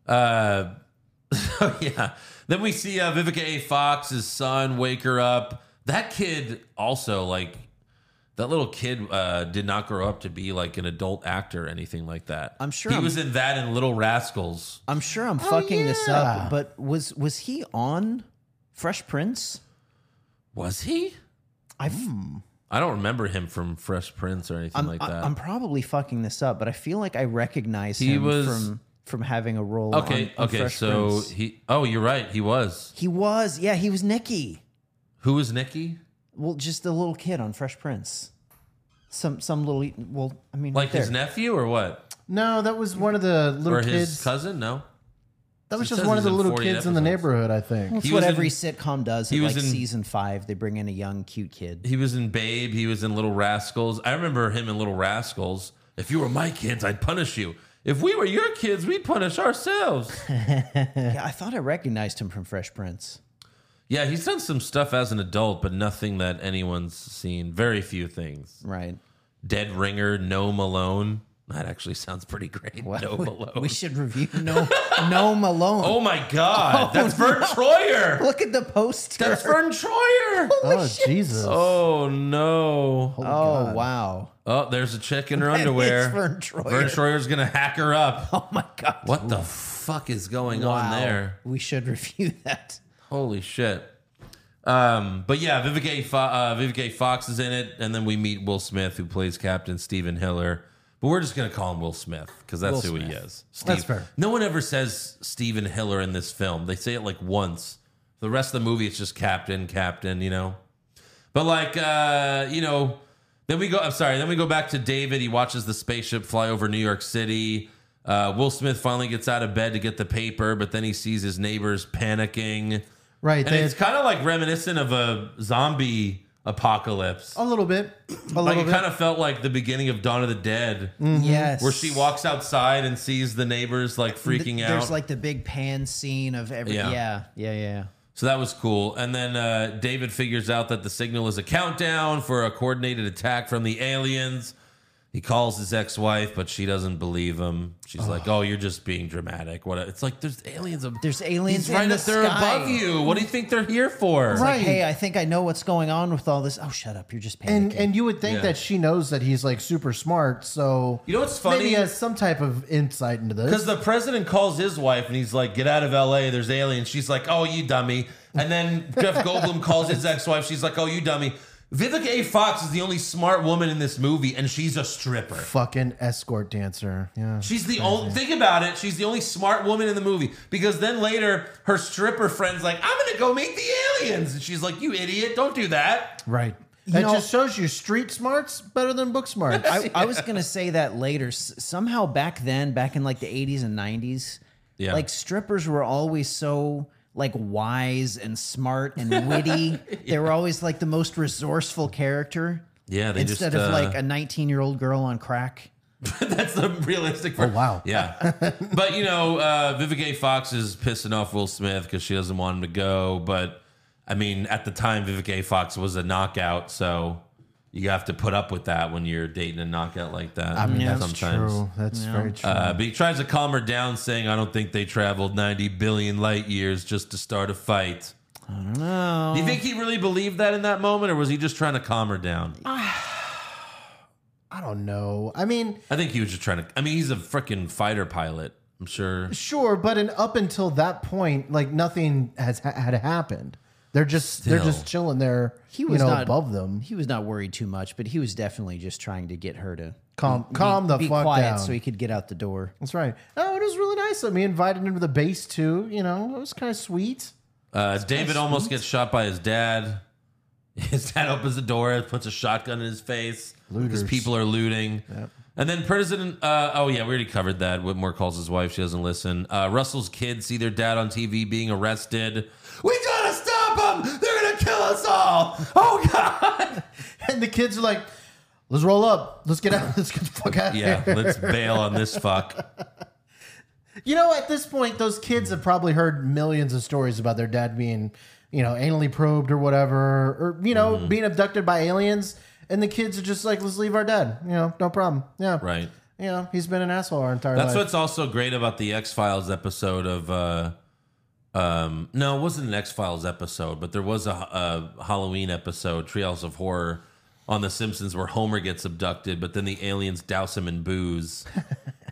Uh, so yeah. Then we see uh, Vivica A. Fox's son wake her up. That kid also like. That little kid uh, did not grow up to be like an adult actor or anything like that. I'm sure he I'm- was in that and Little Rascals. I'm sure I'm fucking this yeah. up, but was was he on Fresh Prince? Mm. Was he? I f- I don't remember him from Fresh Prince or anything I'm, like I- that. I'm probably fucking this up, but I feel like I recognize He him was- from from having a role. okay, on, on okay. Fresh so Prince. he. Oh, you're right. He was. he was, yeah, he was Nicky. Who was Nikki? Well, just the little kid on Fresh Prince. Some some little well, I mean, Like right there. his nephew or what? No, that was one of the little or his kids. cousin? No. That It was just says one of he's the in little 48 kids in the episodes. neighborhood, I think. That's He what was in- every sitcom does. he at was like in- season five, they bring in a young, cute kid. He was in Babe. He was in Little Rascals. I remember him in Little Rascals. If you were my kids, I'd punish you. If we were your kids, we'd punish ourselves. yeah, I thought I recognized him from Fresh Prince. Yeah, he's done some stuff as an adult, but nothing that anyone's seen. Very few things. Right. Dead Ringer, No Malone. That actually sounds pretty great. No Malone. We should review No No Malone. oh my God, that's Vern Troyer. Look at the poster. That's Vern Troyer. Oh Jesus! Oh no. oh wow. Oh, there's a chick in her That underwear. is Vern Troyer. Vern Troyer's gonna hack her up. Oh my god. What the fuck is going Wow. on there? We should review that. Holy shit. Um, but yeah, Vivica A. Fo- uh, Vivica A. Fox is in it, and then we meet Will Smith, who plays Captain Stephen Hiller. But we're just gonna call him Will Smith because that's who he is. Steve. That's fair. No one ever says Stephen Hiller in this film. They say it like once. The rest of the movie, it's just Captain, Captain. You know. But like, uh, you know, then we go. I'm sorry. Then we go back to David. He watches the spaceship fly over New York City. Uh, Will Smith finally gets out of bed to get the paper, but then he sees his neighbors panicking. Right, And they, it's kind of like reminiscent of a zombie apocalypse. a little bit, a Like little it bit. kind of felt like the beginning of Dawn of the Dead, Mm. mm-hmm. Yes. where she walks outside and sees the neighbors like freaking out. There's like the big pan scene of every Yeah. yeah. Yeah, yeah, yeah. So that was cool. And then uh, David figures out that the signal is a countdown for a coordinated attack from the aliens. He calls his ex-wife, but she doesn't believe him. She's like, "Oh, you're just being dramatic." What? It's like there's aliens. ab- There's aliens He's right in the up there sky. above you. What do you think they're here for? It's like, Right. hey, I think I know what's going on with all this. Oh, shut up. You're just panicking. and and you would think Yeah. that she knows that he's like super smart, so You know what's maybe funny? he has some type of insight into Because this. the president calls his wife and he's like, "Get out of L.A. There's aliens." She's like, "Oh, you dummy." And then Jeff Goldblum calls his ex-wife. She's like, "Oh, you dummy." Vivica A. Fox is the only smart woman in this movie, and she's a stripper. Fucking escort dancer, yeah. She's the only. Think about it. She's the only smart woman in the movie because then later her stripper friend's like, "I'm gonna go meet the aliens," and she's like, "You idiot! Don't do that." Right. That know- just shows you street smarts better than book smarts. I, I was gonna say that later. S- somehow back then, back in like the eighties and nineties, Yeah. like strippers were always so like wise and smart and witty. They were always like the most resourceful character. Yeah, they uh, Instead of like a nineteen-year-old girl on crack. That's the realistic. Oh, wow. Yeah, but you know, uh, Vivica A. Fox is pissing off Will Smith because she doesn't want him to go. But I mean, at the time, Vivica A. Fox was a knockout, so you have to put up with that when you're dating a knockout like that. I mean, That's true. That's very true. Uh, but he tries to calm her down, saying, "I don't think they traveled 90 billion light years just to start a fight." I don't know. Do you think he really believed that in that moment, or was he just trying to calm her down? I don't know. I mean, I think he was just trying to. I mean, he's a freaking fighter pilot. I'm sure. sure, but in, up until that point, like nothing has ha- had happened. They're just they're Still. just chilling there. He was you know, not above them. He was not worried too much, but he was definitely just trying to get her to Calm, calm the be fuck quiet down. so he could get out the door. That's right. Oh, it was really nice of me invited him to the base too. You know, it was kind of sweet. Uh, David almost gets shot by his dad. His dad opens the door, puts a shotgun in his face because Looters. people are looting. And then President, uh, oh yeah, we already covered that. Whitmore calls his wife; she doesn't listen. Uh, Russell's kids see their dad on TV being arrested. We gotta stop them! They're gonna kill us all! Oh god! And the kids are like, "Let's roll up. Let's get out. Let's get the fuck out of Yeah, here." let's bail on this fuck. You know, at this point, those kids have probably heard millions of stories about their dad being, you know, anally probed or whatever, or you know, Mm-hmm. being abducted by aliens. And the kids are just like, "Let's leave our dad. You know, no problem. Yeah, Right. You know, he's been an asshole our entire That's life. what's also great about the X Files episode of. Uh, um, no, it wasn't an X Files episode, but there was a, a Halloween episode, Treehouse of Horror, on The Simpsons where Homer gets abducted, but then the aliens douse him in booze.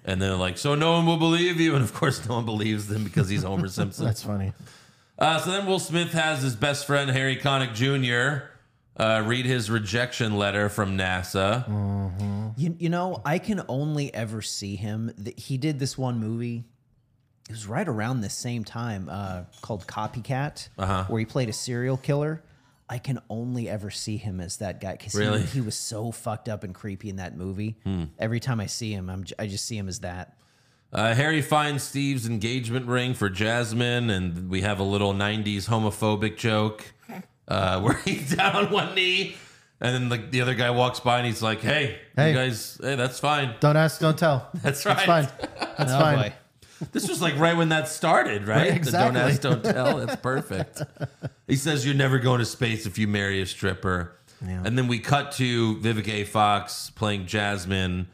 and they're like, so no one will believe you. And of course, no one believes them because he's Homer Simpson. That's funny. Uh, so then Will Smith has his best friend Harry Connick Jr. Uh, read his rejection letter from NASA. You, you know, I can only ever see him. th- He did this one movie. It was right around the same time uh, called Copycat, Uh-huh. where he played a serial killer. I can only ever see him as that guy because Really? Hmm. he, was so fucked up and creepy in that movie. Every time I see him, I'm, j- I just see him as that. Uh, Harry finds Steve's engagement ring for Jasmine, and we have a little 90s homophobic joke uh, where he's down on one knee, and then the, the other guy walks by and he's like, hey, you Hey. guys, hey, that's fine. Don't ask, don't tell. That's That's right. Oh, fine. That's fine. This was like right when that started, right? Right, The don't ask, exactly. don't tell. That's perfect. he says you're never going to space if you marry a stripper. And then we cut to Vivica A. Fox playing Jasmine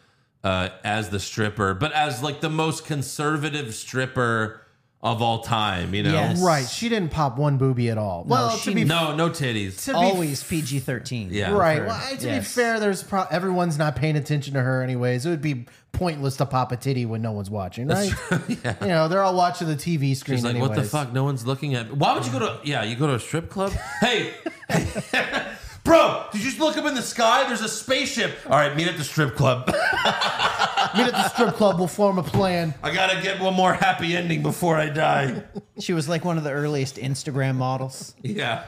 uh, as the stripper, but as like the most conservative stripper of all time. You know, Yes. Right. She didn't pop one booby at all. Well, no, she to be no, no titties. to be Always PG thirteen. Yeah, Right. for- Well, I- to yes. be fair, there's pro- everyone's not paying attention to her anyways. It would be pointless to pop a titty when no one's watching, right? You know, they're all watching the TV screen. She's like, anyways. what the fuck? No one's looking at me. Why would you go to? Yeah, you go to a strip club. Hey, bro, did you just look up in the sky? There's a spaceship. All right, meet at the strip club. Meet at the strip club. We'll form a plan. I gotta get one more happy ending before I die. She was like one of the earliest Instagram models. Yeah.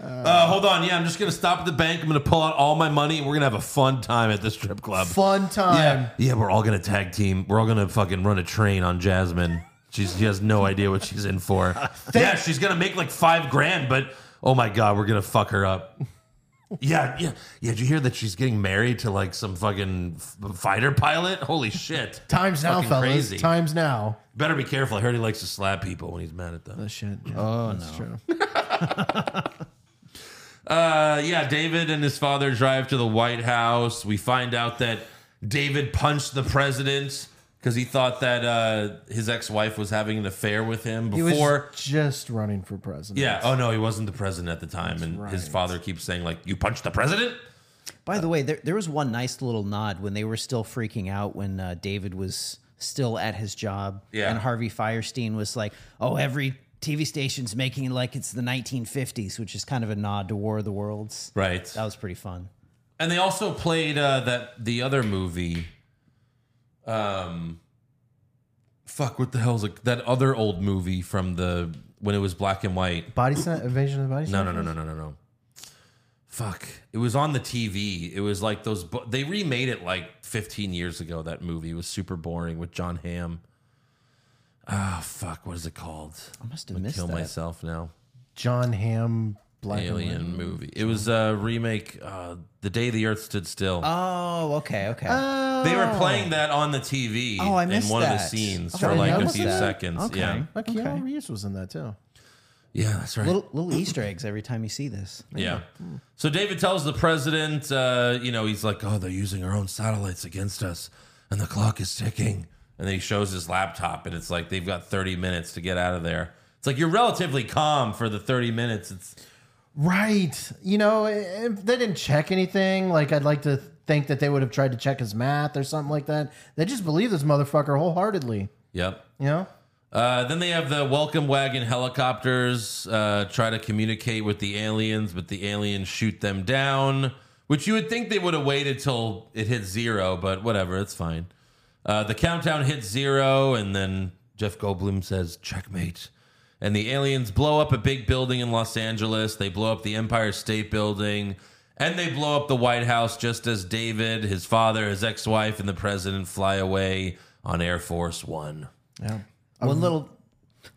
Uh, hold on. Yeah, I'm just gonna stop at the bank. I'm gonna pull out all my money, and we're gonna have a fun time at the strip club. Fun time. Yeah, yeah, we're all gonna tag team. We're all gonna fucking run a train on Jasmine. She's, she has no idea what she's in for. yeah, she's gonna make like five grand, but oh my god, we're gonna fuck her up. Yeah, yeah, yeah. Did you hear that she's getting married to like some fucking f- fighter pilot? Holy shit! Times now, Fucking fellas. crazy. Times now. Better be careful. I heard he likes to slap people when he's mad at them. Shit. Oh no. True. Uh, yeah, David and his father drive to the White House. We find out that David punched the president because he thought that uh, his ex-wife was having an affair with him He was before. just running for president. Yeah. Oh no, he wasn't the president at the time, and his father keeps saying like, "You punched the president." By Uh, the way, there, there was one nice little nod when they were still freaking out when uh, David was still at his job. Yeah. And Harvey Firestein was like, oh, every TV station's making it like it's the 1950s, which is kind of a nod to War of the Worlds. Right. That was pretty fun. And they also played uh, that the other movie. Um, fuck! What the hell's it? That other old movie from the when it was black and white. Body snatch. Invasion of the body. No, snatchers? no, no, no, no, no, no. Fuck! It was on the TV. It was like those. bo- They remade it like 15 years ago. That movie It was super boring with John Hamm. Ah, fuck! What is it called? I must have I'm gonna missed kill that. myself now. John Ham. Black and white. Alien movie. It was a remake. Uh, the day the Earth stood still. Oh, okay, okay. They were playing that on the TV Oh, I in missed one of the that. scenes Oh, for I like a noticed few that. seconds. Okay. Yeah. Like Keanu Reeves was in that too. Yeah, that's right. little, little Easter eggs every time you see this. yeah. So David tells the president, uh, you know, he's like, oh, they're using our own satellites against us and the clock is ticking. And then he shows his laptop and it's like, they've got 30 minutes to get out of there. It's like, you're relatively calm for the 30 minutes. It's, Right. You know, if they didn't check anything, like I'd like to think that they would have tried to check his math or something like that. They just believe this motherfucker wholeheartedly. yep. You know? Uh, then they have the welcome wagon helicopters uh, try to communicate with the aliens, but the aliens shoot them down, which you would think they would have waited till it hit zero, but whatever, it's fine. Uh, the countdown hits zero, and then Jeff Goldblum says, checkmate. And the aliens blow up a big building in Los Angeles. They blow up the Empire State Building, and they blow up the White House just as David, his father, his ex wife, and the president fly away on Air Force One. Yeah. Um, One little,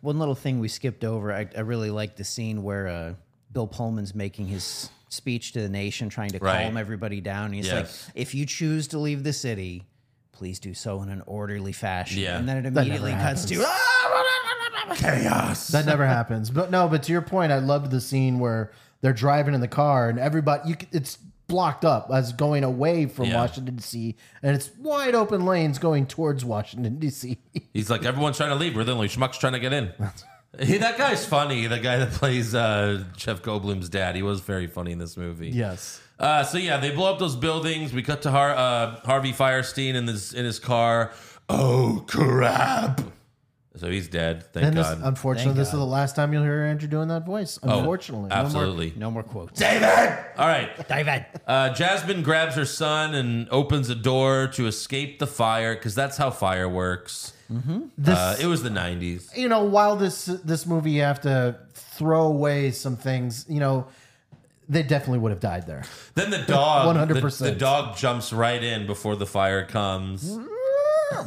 one little thing we skipped over. I, I really like the scene where uh, Bill Pullman's making his speech to the nation, trying to Right. calm everybody down. He's Yes. like, "If you choose to leave the city, please do so in an orderly fashion." Yeah. and then it never immediately cuts to. "Ah!" chaos. That never happens. But no, but to your point, I love the scene where they're driving in the car and everybody, you, c- it's blocked up as going away from Yeah. Washington, D.C., and it's wide open lanes going towards Washington, D.C. He's like, everyone's trying to leave. We're the only schmucks trying to get in. He, that guy's funny. The guy that plays uh, Jeff Goldblum's dad. He was very funny in this movie. yes. Uh, so yeah, they blow up those buildings. We cut to Har- uh, Harvey Firestein in his in his car. Oh crap! So he's dead. Thank And this, um, God. Oh, unfortunately, this is the last time you'll hear Andrew doing that voice. Unfortunately. No more- Absolutely. No more quotes. David. All right. David. Uh, Jasmine grabs her son and opens a door to escape the fire because that's how fire works. This- Uh, it was the '90s. you know, while this this movie you have to throw away some things, you know, they definitely would have died there. Then the dog, 100%. the, the dog jumps right in before the fire comes.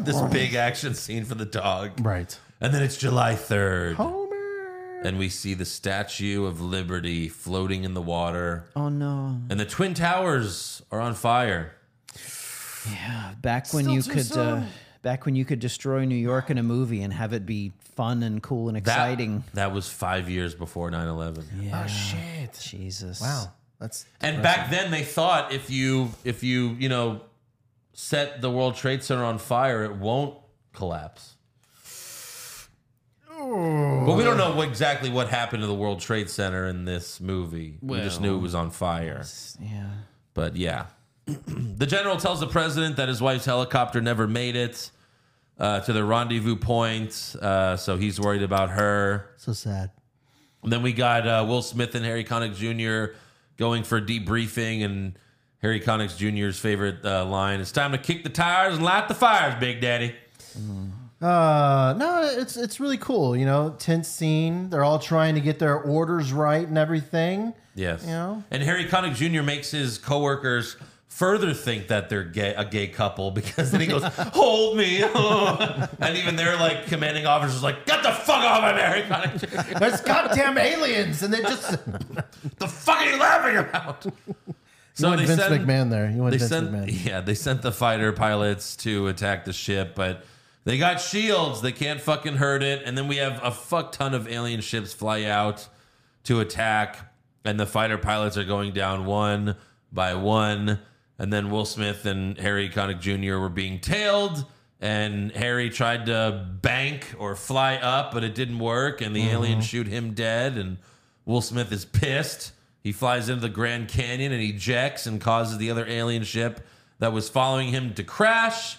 this big action scene for the dog, Right. and then it's July third, Homer. and we see the Statue of Liberty floating in the water, Oh no! and the Twin Towers are on fire. Back when you too could, uh, soon. Back when you could destroy New York in a movie and have it be fun and cool and That- exciting. That was five years before 9 11. Oh shit! Jesus. Wow, that's And back then they thought if you if you, you know, set the World Trade Center on fire, it won't collapse. But we don't know what, exactly what happened to the World Trade Center in this movie. we just knew it was on fire. Yeah. But yeah. the general tells the president that his wife's helicopter never made it uh, to the rendezvous point. Uh, so he's worried about her. so sad. And then we got uh, Will Smith and Harry Connick Jr. going for debriefing, and Harry Connick Jr.'s favorite uh, line: "It's time to kick the tires and light the fires, Big Daddy." Uh, no, it's it's really cool. You know, tense scene. They're all trying to get their orders right and everything. Yes. Yeah. And Harry Connick Jr. makes his coworkers further think that they're gay, a gay couple because then he goes, "Hold me," and even their like commanding officers like, "Get the fuck off of me, Harry Connick Jr. There's goddamn aliens, and they just The fuck are you laughing about?" you So went they Vince send- McMahon there. You went They Vince sent, McMahon. yeah, they sent the fighter pilots to attack the ship, but they got shields. They can't fucking hurt it. And then we have a fuck ton of alien ships fly out to attack, and the fighter pilots are going down one by one. And then Will Smith and Harry Connick Jr. were being tailed, and Harry tried to bank or fly up, but it didn't work, and the aliens shoot him dead. And Will Smith is pissed. He flies into the Grand Canyon and ejects and causes the other alien ship that was following him to crash.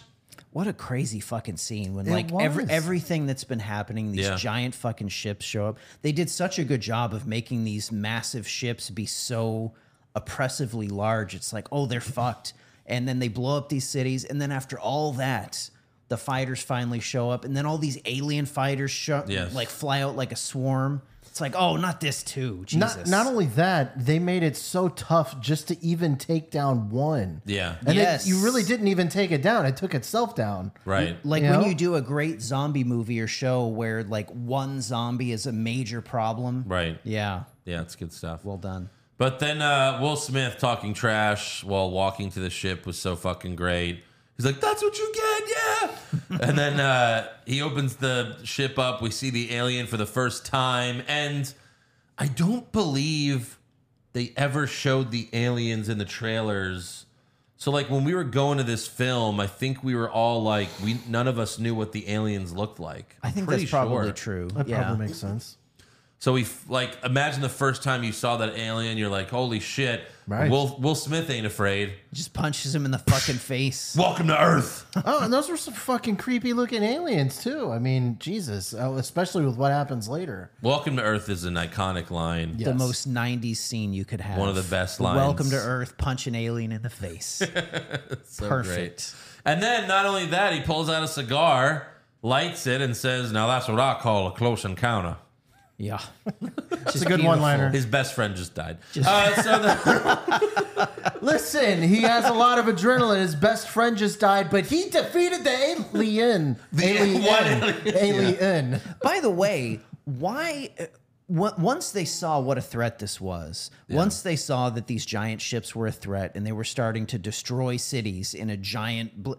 What a crazy fucking scene when like every was. everything that's been happening, these Yeah. giant fucking ships show up. They did such a good job of making these massive ships be so oppressively large. It's like, oh, they're fucked. And then they blow up these cities, and then after all that, the fighters finally show up, and then all these alien fighters show Yes. like fly out like a swarm. It's like, oh, not this too. Jesus. Not, not only that, they made it so tough just to even take down one. Yeah. And it- Yes. you really didn't even take it down. It took itself down. Right. like You when know? you do a great zombie movie or show where like one zombie is a major problem. Right. Yeah. Yeah, it's good stuff. Well done. But then uh, Will Smith talking trash while walking to the ship was so fucking great. He's like, "That's what you get, yeah." and then uh, he opens the ship up. We see the alien for the first time, and I don't believe they ever showed the aliens in the trailers. So, like when we were going to this film, I think we were all like, "We none of us knew what the aliens looked like." I I'm think pretty that's probably sure. true. That yeah. probably makes sense. So we f- like imagine the first time you saw that alien, you're like, "Holy shit!" Right. Will Will Smith ain't afraid. Just punches him in the fucking face. Welcome to Earth. Oh, and those were some fucking creepy looking aliens too. I mean, Jesus, oh, especially with what happens later. Welcome to Earth is an iconic line. The Yes. most 90s scene you could have. One of the best Welcome to lines. Earth, punch an alien in the face. So Perfect. And then not only that, he pulls out a cigar, lights it, and says, "Now that's what I call a close encounter." Yeah. That's a good one-liner. His best friend just died. Uh, so the, Listen, he has a lot of adrenaline. His best friend just died, but he defeated the alien. The alien. one alien. By the way, why? uh, on- Once they saw what a threat this was, once they saw that these giant ships were a threat and they were starting to destroy cities in a giant, bl-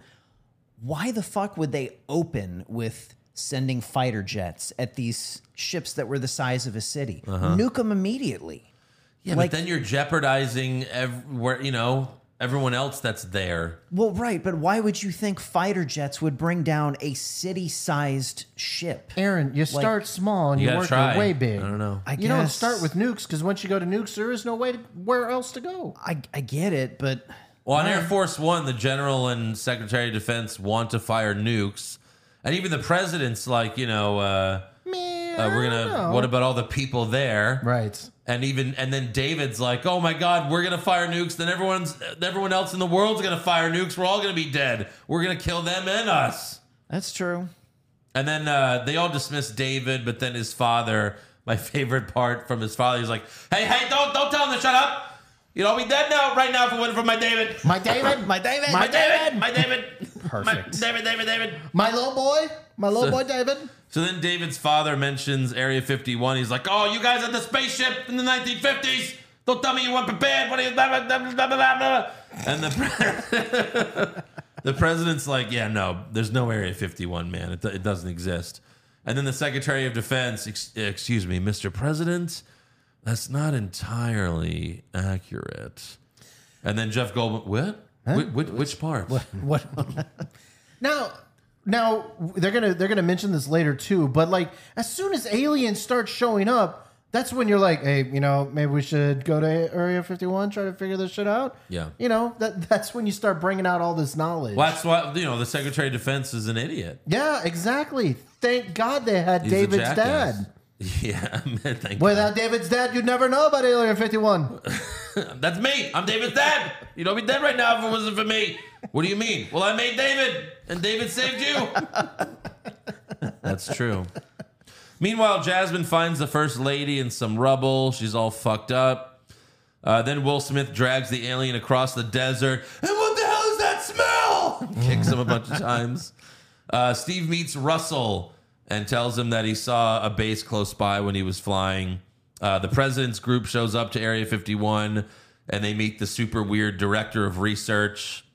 why the fuck would they open with sending fighter jets at these ships that were the size of a city? Uh-huh. Nuke them immediately. yeah, Like- but then you're jeopardizing everywhere. You know, everyone else that's there. Well, right, but why would you think fighter jets would bring down a city-sized ship? Aaron, you start small and you, gotta work try. your way big. I don't know. I you don't guess- start with nukes because once you go to nukes, there is no way to, where else to go. I, I get it, but Well, on Air Force One, the general and secretary of defense want to fire nukes, and even the president's like, you know, uh, Man, uh, we're I don't gonna. know. What about all the people there? right? And even and then David's like, oh my God, we're gonna fire nukes. Then everyone's everyone else in the world's gonna fire nukes. We're all gonna be dead. We're gonna kill them and us. that's true. And then uh, they all dismiss David, but then his father. My favorite part from his father, he's like, hey, hey, don't don't tell him to shut up. You'd all be dead now, right now, if it wasn't for my David. My David, My David, My David, my David, Perfect. My David, David, David. my little boy, my little boy David. So then David's father mentions Area 51. He's like, "Oh, you guys had the spaceship in the 1950s. Don't tell me you weren't prepared." What are you? Blah, blah, blah, blah, blah, blah, blah." And the pre- The president's like, yeah, no, there's no Area 51, man. It, it doesn't exist. And then the Secretary of Defense, ex- excuse me, Mr. President, that's not entirely accurate. And then Jeff Goldman, what? Wh- wh- which part? What? Now, now they're gonna they're gonna mention this later too. But like, as soon as aliens start showing up, that's when you're like, hey, you know, maybe we should go to Area 51, try to figure this shit out. Yeah. you know, that that's when you start bringing out all this knowledge. Well, that's why, you know, the Secretary of Defense is an idiot. Yeah, exactly. Thank God they had He's a David's jackass. dad. Yeah, man, thank Without David's dad, you'd never know about Area 51. God. That's me. I'm David's dad. You'd all be dead right now if it wasn't for me. What do you mean? Well, I made David, and David saved you. That's true. Meanwhile, Jasmine finds the first lady in some rubble. She's all fucked up. Uh, then Will Smith drags the alien across the desert. And what the hell is that smell? Kicks him a bunch of times. Uh, Steve meets Russell and tells him that he saw a base close by when he was flying. Uh, the president's group shows up to Area 51 and they meet the super weird director of research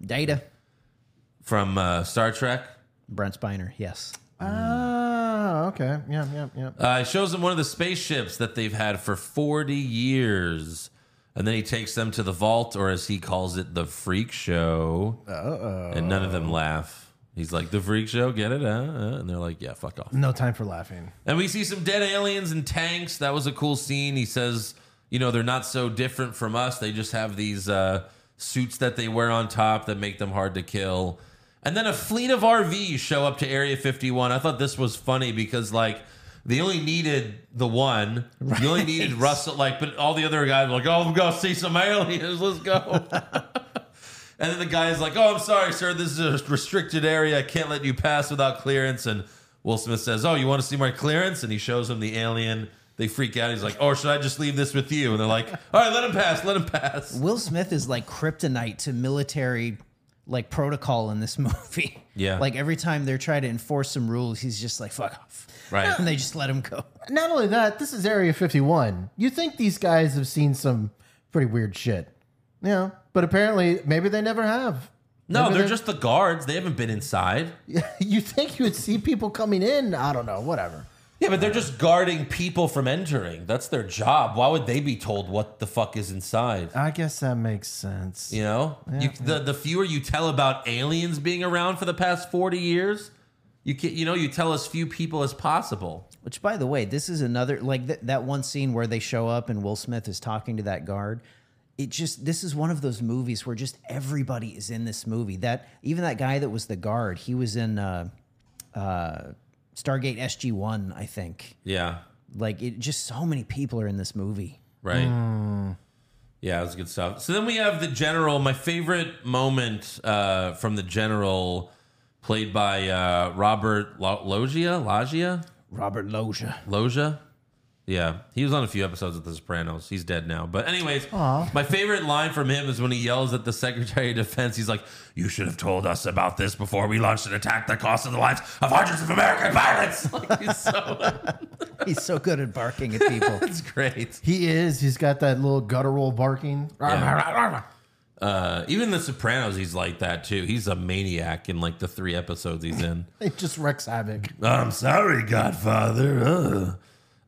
Data. from uh, Star Trek. Brent Spiner. Yes. Ah, okay. Yeah, yeah, yeah. Uh, it shows them one of the spaceships that they've had for 40 years. And then he takes them to the vault, or as he calls it, the freak show. Uh-oh. And none of them laugh. He's like, the freak show, get it? Huh? Uh, And they're like, yeah, fuck off. No time for laughing. And we see some dead aliens and tanks. That was a cool scene. He says, you know, they're not so different from us. They just have these uh, suits that they wear on top that make them hard to kill. And then a fleet of RVs show up to Area 51. I thought this was funny because, like, they only needed the one. You only needed Russell. Like, but all the other guys were like, oh, we're going to see some aliens. Let's go. And then the guy is like, "Oh, I'm sorry, sir. This is a restricted area. I can't let you pass without clearance." And Will Smith says, "Oh, you want to see my clearance?" And he shows him the alien. They freak out. He's like, "Or should I just leave this with you?" And they're like, "All right, let him pass. Let him pass." Will Smith is like kryptonite to military like protocol in this movie. Yeah. Like every time they're trying to enforce some rules, he's just like, fuck off. Right. And they just let him go. Not only that, this is Area 51. You think these guys have seen some pretty weird shit. You know, but apparently maybe they never have. No, they're just the guards. They haven't been inside. you think you would see people coming in? I don't know, whatever. Yeah, but they're just guarding people from entering. That's their job. Why would they be told what the fuck is inside? I guess that makes sense. You know, you, the the fewer you tell about aliens being around for the past forty years, you can you know you tell as few people as possible. Which, by the way, this is another like th- that one scene where they show up and Will Smith is talking to that guard. It just this is one of those movies where just everybody is in this movie. That even that guy that was the guard, he was in uh, uh, Stargate SG One, I think. Yeah, Like it, just so many people are in this movie. right. Yeah, it was good stuff. So then we have the general. My favorite moment uh, from the general, played by uh, Robert Lo- Loggia. Loggia. Robert Loggia. Loja. Yeah, he was on a few episodes of The Sopranos. He's dead now. But anyways, my favorite line from him is when he yells at the Secretary of Defense. He's like, "You should have told us about this before we launched an attack that costed the lives of hundreds of American pilots." Like, he's so He's so good at barking at people. it's great. He is. He's got that little guttural barking. Uh, even The Sopranos, he's like that too. He's a maniac in like the three episodes he's in. It just wrecks havoc. I'm sorry, Godfather. Ugh.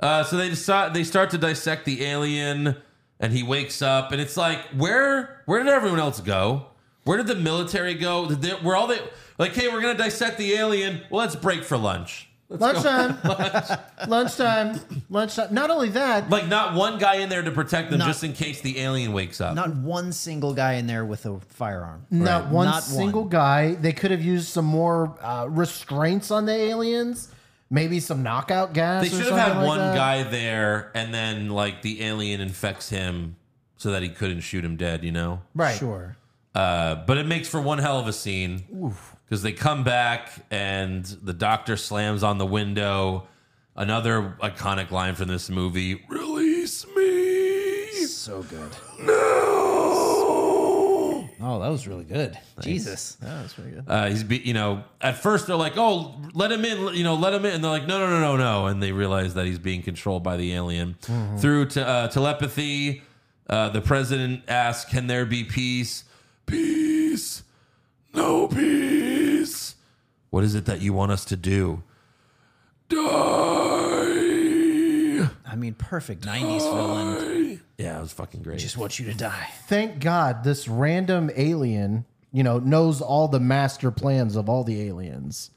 Uh, so they decide they start to dissect the alien, and he wakes up, and it's like, where where did everyone else go? Where did the military go? Did they, were all they like? Hey, we're gonna dissect the alien. Well, let's break for lunch. Lunchtime. Lunchtime. Lunchtime. Not only that, Like, not one guy in there to protect them, Not- just in case the alien wakes up. Not one single guy in there with a firearm. not one Not one. single guy. They could have used some more uh, restraints on the aliens. Maybe some knockout gas. they or should have something had like one that. guy there, and then like the alien infects him, so that he couldn't shoot him dead. You know. Right. Sure. Uh, but it makes for one hell of a scene because they come back and the doctor slams on the window. Another iconic line from this movie: "Release me So good. now." Oh, that was really good. Jesus. That's pretty good. Uh, he's, be, you know, at first they're like, "Oh, let him in," you know, "Let him in," and they're like, "No, no, no, no, no," and they realize that he's being controlled by the alien through te- uh, telepathy. Uh, the president asks, "Can there be peace?" Peace. What is it that you want us to do? Die. I mean, perfect 90s villain. Yeah, it was fucking great. Just wants you to die. Thank God this random alien, you know, knows all the master plans of all the aliens.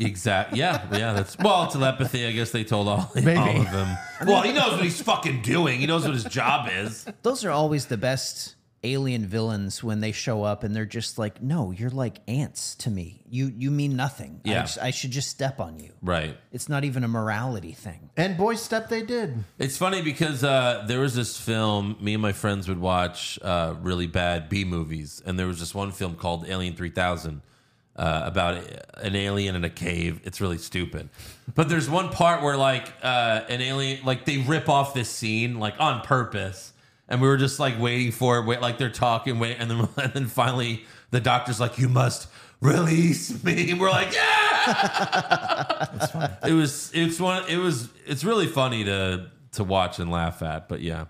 Exact. Uh, Yeah, yeah. That's well, telepathy. I guess they told all, all of them. Well, he knows what he's fucking doing. He knows what his job is. Those are always the best alien villains when they show up and they're just like, "No, you're like ants to me. You you mean nothing. I, Yeah. just- I should just step on you. Right. It's not even a morality thing." And boy, step they did. It's funny because uh, there was this film me and my friends would watch uh, really bad B movies, and there was this one film called Alien Three Thousand uh, about an alien in a cave. It's really stupid, but there's one part where like uh, an alien, like they rip off this scene like on purpose, and we were just like waiting for it, wait, like they're talking, wait, and then and then finally the doctor's like, "You must release me," and we're like, "Yeah." it was it's one it was it's really funny to to watch and laugh at but yeah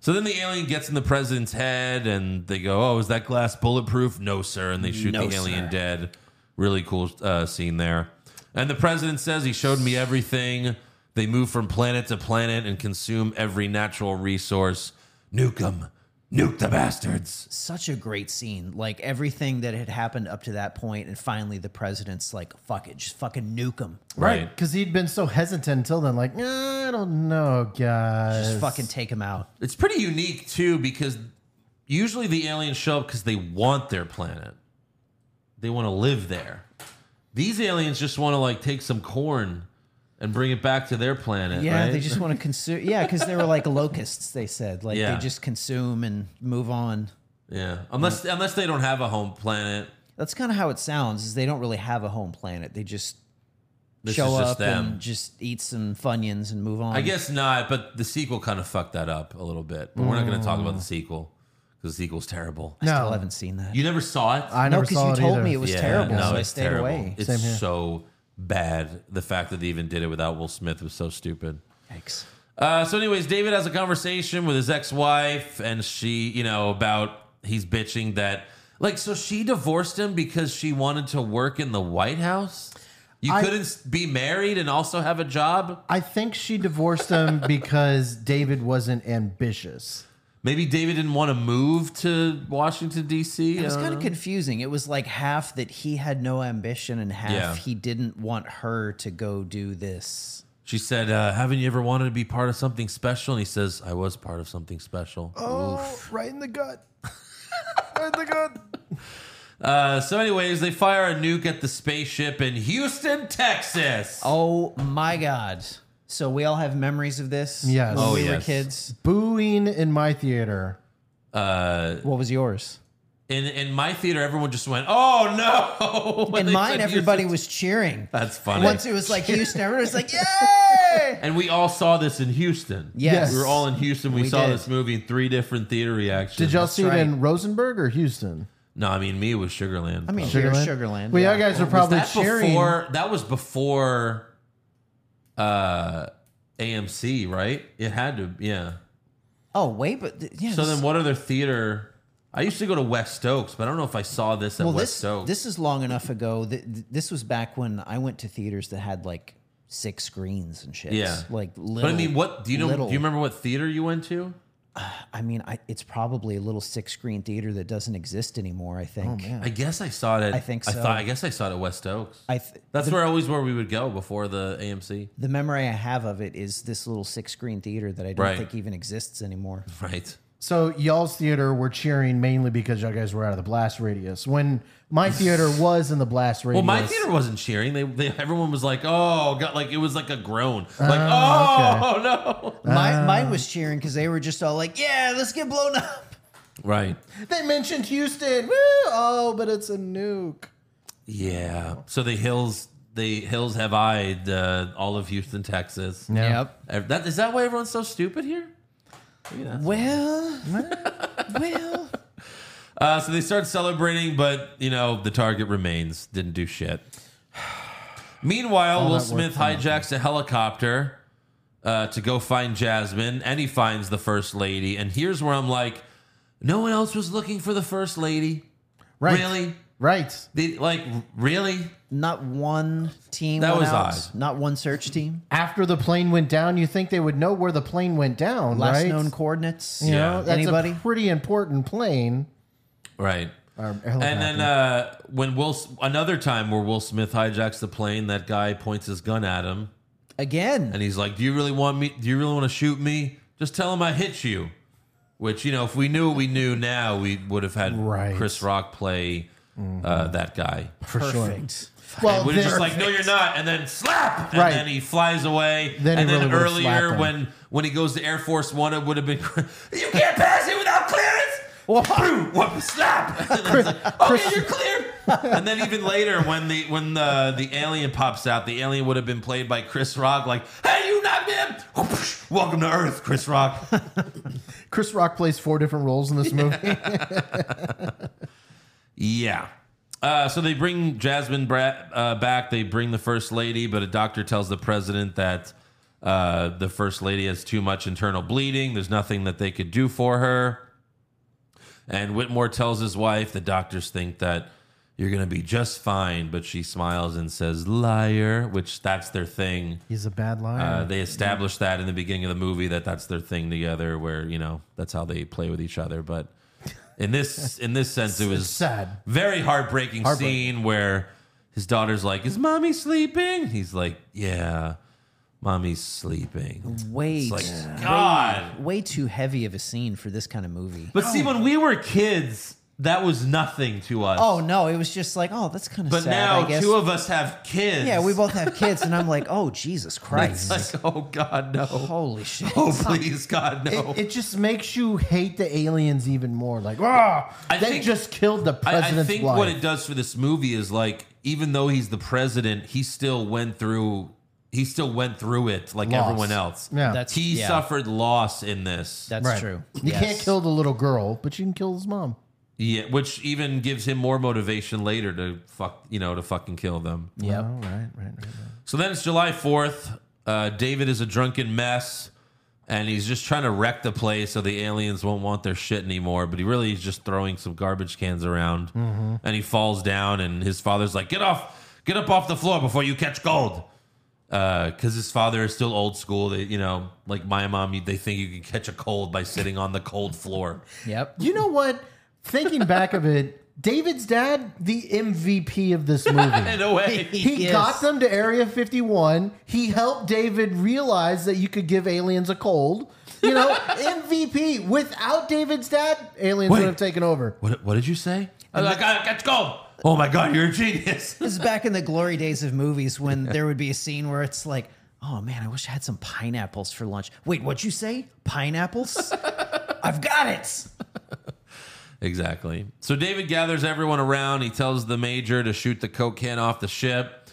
so then the alien gets in the president's head and they go oh is that glass bulletproof no sir and they shoot No, the alien sir. dead really cool uh, scene there and the president says he showed me everything they move from planet to planet and consume every natural resource nuke them nuke the bastards Such a great scene. Like everything that had happened up to that point, and finally the president's like, "Fuck it, just fucking nuke them. right Because he'd been so hesitant until then, like, "Nah, I don't know, guys. Just fucking take them out." It's pretty unique too because usually the aliens show up because they want their planet. They want to live there. These aliens just want to like take some corn and bring it back to their planet. Yeah, right? they just want to consume. Yeah, because they were like locusts. They said like Yeah. they just consume and move on. yeah. Unless unless they don't have a home planet. That's kind of how it sounds. Is they don't really have a home planet. They just This show is just up them. and just eat some funyuns and move on. I guess not, but the sequel kind of fucked that up a little bit. But we're not going to talk about the sequel because the sequel's terrible. I still No. haven't seen that. You never saw it? I no, never because saw you it told either. me it was Yeah, terrible, no, so I it's stayed terrible. away. It's so bad. The fact that they even did it without Will Smith was so stupid. Yikes. Uh, so, anyways, David has a conversation with his ex-wife, and she, you know, about he's bitching that, like, so she divorced him because she wanted to work in the White House. You I- couldn't s- be married and also have a job. I think she divorced him because David wasn't ambitious. Maybe David didn't want to move to Washington Uh, D.C. It was I don't kind of know. confusing. It was like half that he had no ambition and half Yeah. he didn't want her to go do this. She said, uh, "Haven't you ever wanted to be part of something special?" And he says, "I was part of something special." Oh, right in the gut. right in the gut. Uh, so, anyways, they fire a nuke at the spaceship in Houston, Texas. Oh my god. So we all have memories of this. Yes. When Oh, we were yes. kids. Booing in my theater. What was yours? In in my theater, everyone just went, "Oh no!" when In they mine, said everybody Houston. was cheering. That's funny. Once it was like Houston, everyone was like, "Yay!" and we all saw this in Houston. Yes. we were all in Houston. We, We saw did. this movie in three different theater reactions. Did y'all That's see it in Rosenberg or Houston? No, I mean me it was Sugarland. I probably. mean, Sugar Sugarland. Well, yeah. y'all guys were probably was that cheering. before that was before uh, AMC, right? It had to, yeah. Oh wait, but th- yeah. So this- then, what other theater? I used to go to West Oaks, but I don't know if I saw this at well, West this Oaks. this is long enough ago. Th- th- This was back when I went to theaters that had like six screens and shit. Yeah. like little. but I mean, what do you know? little- Do you remember what theater you went to? I mean, I, it's probably a little six screen theater that doesn't exist anymore. I think. I guess I saw it. At, I think I so. thought. I guess I saw it at West Oaks. I th- That's where always where we would go before the AMC. the memory I have of it is this little six screen theater that I don't Right. think even exists anymore. Right. So y'all's theater were cheering mainly because y'all guys were out of the blast radius. When my theater was in the blast radius. Well, my theater wasn't cheering. They, they everyone was like, "Oh, God!" Like it was like a groan. Like, Oh, "Oh no!" Uh, My, mine was cheering because they were just all like, "Yeah, let's get blown up." Right. They mentioned Houston. Woo! Oh, but it's a nuke. Yeah. So the hills, the hills have eyed uh, all of Houston, Texas. Yep. Ev- That is that why everyone's so stupid here. Well, well. Uh, so they start celebrating, but you know the target remains. Didn't do shit. Meanwhile, Will that Smith hijacks a helicopter uh, to go find Jasmine, and he finds the first lady. And here's where I'm like, no one else was looking for the first lady. Right. Really? Right. They, like really Not one team. That went was out. odd. Not one search team. After the plane went down, you think they would know where the plane went down, Last right? known coordinates. you know, that's Anybody? a pretty important plane. right. Or And helicopter. then uh, when Will S- another time where Will Smith hijacks the plane, that guy points his gun at him Again. and he's like, "Do you really want me? Do you really want to shoot me? Just tell him I hit you." Which you know, if we knew what we knew now, we would have had Right. Chris Rock play uh, that guy. for Perfect. Well, We're just then- like, no, you're not, and then slap, and Right. then he flies away. Then and he then really would've slapped earlier, him. when when he goes to Air Force One, it would have been, you can't pass it without clearance. Boom, whoop, slap. And then it's like, okay, you're clear. and then even later, when the when the the alien pops out, the alien would have been played by Chris Rock. Like, hey, you knocked me him. Whoosh, Welcome to Earth, Chris Rock. Chris Rock plays four different roles in this movie. Yeah. Uh, so they bring Jasmine Bra- uh, back. They bring the first lady, but a doctor tells the president that uh, the first lady has too much internal bleeding. There's nothing that they could do for her. And Whitmore tells his wife the doctors think that you're going to be just fine, but she smiles and says, liar, which that's their thing. He's a bad Uh, liar. they established that in the beginning of the movie that that's their thing together, where you know that's how they play with each other. But in this in this sense, it was sad. very heartbreaking, scene where his daughter's like, "Is mommy sleeping?" He's like, "Yeah, mommy's sleeping." Way, It's like too- God. way too heavy of a scene for this kind of movie. But see, when we were kids, that was nothing to us. oh no, it was just like, oh, that's kind of but sad. I now guess. two of us have kids. yeah, we both have kids, and I'm like, oh Jesus It's Christ, like, oh God, no! holy shit. Oh please, God, no! it, it just makes you hate the aliens even more. Like, ah, I they think- just killed the I- president's I, think wife. what it does for this movie is like, even though he's the president, he still went through. He still went through it like Loss. everyone else. yeah, That's- he yeah. suffered loss in this. That's Right. true. You can't Yes. kill the little girl, but you can kill his mom. yeah, which even gives him more motivation later to fuck, you know, to fucking kill them. Yep. Oh, right, right, right. So then it's July 4th. Uh, David is a drunken mess and he's just trying to wreck the place so the aliens won't want their shit anymore. But he really is just throwing some garbage cans around and he falls down. And his father's like, Get off, get up off the floor before you catch cold. Because his father is still old school. They, you know, like my mom, you- they think you can catch a cold by sitting on the cold floor. Yep. You know what? Thinking back of it, David's dad, the MVP of this movie. In a way. He Yes. got them to Area 51. He helped David realize that you could give aliens a cold. You know, MVP. Without David's dad, aliens Wait. would have taken over. What, what did you say? I was like, "Ah, catch cold. Oh my God, you're a genius. This is back in the glory days of movies when there would be a scene where it's like, oh man, I wish I had some pineapples for lunch. Wait, what'd you say? Pineapples? I've got it. Exactly. So David gathers everyone around. He tells the major to shoot the coke can off the ship,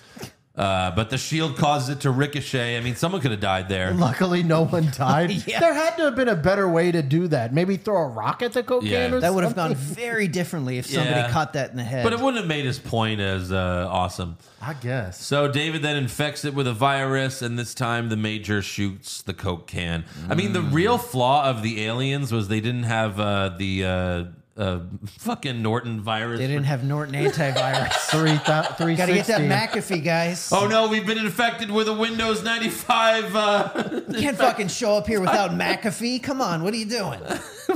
uh, but the shield causes it to ricochet. I mean, someone could have died there. Luckily, no one died. Yeah. There had to have been a better way to do that. Maybe throw a rock at the cocaine Yeah. or That would have something. gone very differently if somebody Yeah. caught that in the head. But it wouldn't have made his point as uh, awesome. I guess. So David then infects it with a virus, and this time the major shoots the coke can. I mean, Mm. the real flaw of the aliens was they didn't have uh, the uh, uh, fucking Norton virus. they didn't have Norton antivirus. Three thou- Gotta get that 360. McAfee, guys. Oh no, we've been infected with a Windows 95 uh, You can't fucking show up here without McAfee. Come on, what are you doing?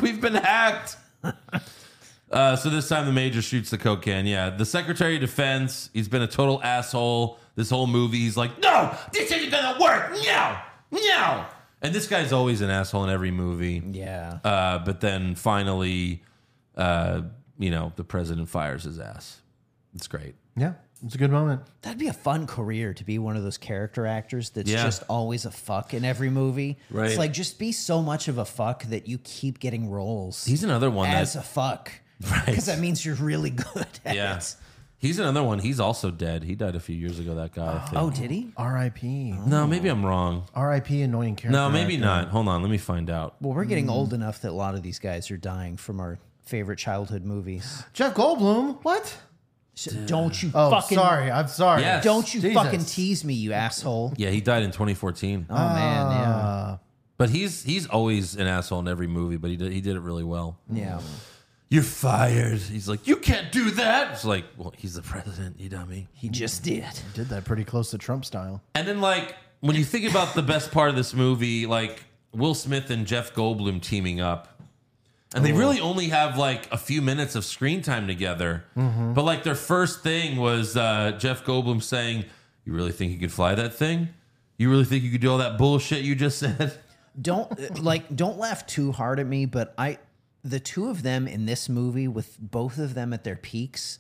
We've been hacked. Uh, so this time the major shoots the coke can. Yeah, the Secretary of Defense. He's been a total asshole this whole movie. He's like, no, this isn't gonna work. No, no. And this guy's always an asshole in every movie. Yeah. Uh, but then finally, uh, you know, the president fires his ass. It's great. Yeah, it's a good moment. That'd be a fun career to be one of those character actors that's Yeah. just always a fuck in every movie. Right. It's like just be so much of a fuck that you keep getting roles He's another one as that. a fuck. Right. Because that means you're really good at yeah. it. He's another one. He's also dead. He died a few years ago. That guy. I think. Oh, did he? R.I.P. no, maybe I'm wrong. R.I.P. Annoying character. No, maybe actor. not. Hold on. Let me find out. Well, we're getting old enough that a lot of these guys are dying from our favorite childhood movies. Jeff Goldblum. What? Sh- Don't you Oh, fucking sorry. I'm sorry. Yes. don't you Jesus. fucking tease me, you asshole. Yeah, he died in 2014. Oh man, yeah. Ah. But he's he's always an asshole in every movie. But he did he did it really well. Yeah. You're fired. He's like, You can't do that. It's like, Well, he's the president, you dummy. He just did. Did that pretty close to Trump style. And then, like, when you think about the best part of this movie, like Will Smith and Jeff Goldblum teaming up, and they really only have like a few minutes of screen time together. But like, their first thing was uh, Jeff Goldblum saying, "You really think you could fly that thing? You really think you could do all that bullshit you just said?" Don't uh, like don't laugh too hard at me, but I the two of them in this movie with both of them at their peaks,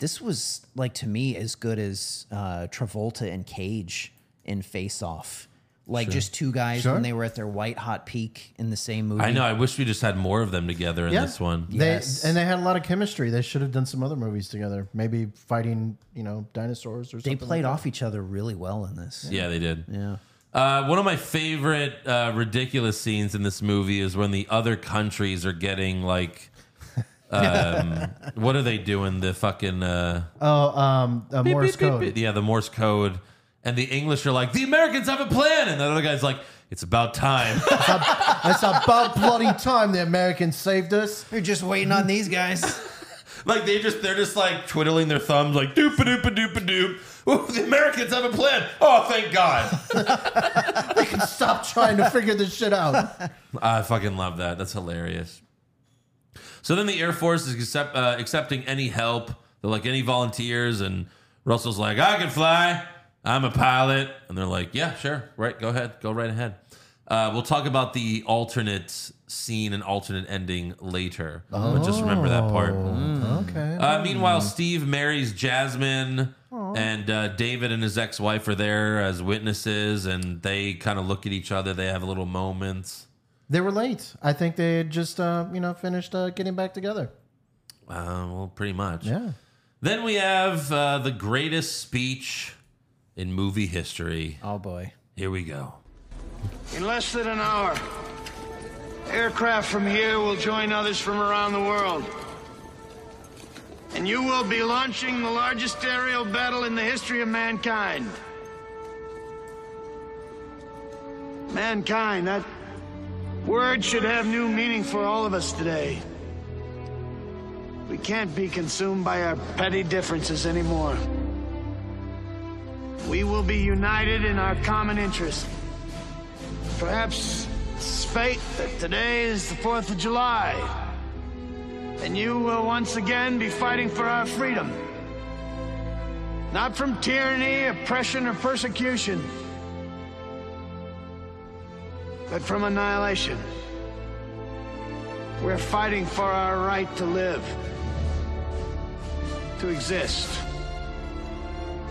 this was like to me as good as uh, Travolta and Cage in Face Off. Like just two guys Sure. when they were at their white hot peak in the same movie. I know. I wish we just had more of them together in Yeah. this one. They Yes. and they had a lot of chemistry. They should have done some other movies together. Maybe fighting, you know, dinosaurs or They something. played off each other really well in this. Yeah, they did. Yeah. Uh, one of my favorite uh, ridiculous scenes in this movie is when the other countries are getting like, um, what are they doing? The fucking uh, Oh, um, uh, Morse beep, beep, code. beep. yeah, the Morse code, and the English are like, the Americans have a plan, and the other guy's like, it's about time. That's about bloody time the Americans saved us. We're just waiting on these guys. like they just they're just like twiddling their thumbs, like doop a doop a doop a doop. Ooh, the Americans have a plan. Oh, thank God. Stop trying to figure this shit out. I fucking love that. That's hilarious. So then the Air Force is accept, uh, accepting any help. They're like, any volunteers. And Russell's like, I can fly. I'm a pilot. And they're like, yeah, sure. Right. Go ahead. Go right ahead. Uh, we'll talk about the alternate scene and alternate ending later. But just remember that part. Oh. Okay. Uh, meanwhile, Steve marries Jasmine, and uh, David and his ex-wife are there as witnesses, and they kind of look at each other. They have little moments. They were late. I think they had just, uh, you know, finished uh, getting back together. Uh, well, pretty much. Yeah. Then we have uh, the greatest speech in movie history. Oh boy. Here we go. In less than an hour, aircraft from here will join others from around the world. And you will be launching the largest aerial battle in the history of mankind. Mankind, that word should have new meaning for all of us today. We can't be consumed by our petty differences anymore. We will be united in our common interest. Perhaps it's fate that today is the 4th of July. And you will once again be fighting for our freedom. Not from tyranny, oppression, or persecution, but from annihilation. We're fighting for our right to live, to exist.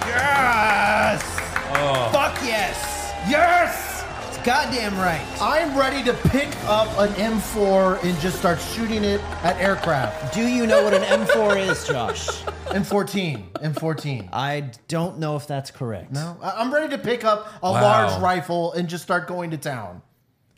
Yes. Oh. Fuck yes. Yes. It's goddamn right. I'm ready to pick up an M4 and just start shooting it at aircraft. Do you know what an M4 is, Josh? M14. M14. I don't know if that's correct. No, I- I'm ready to pick up a Wow. large rifle and just start going to town.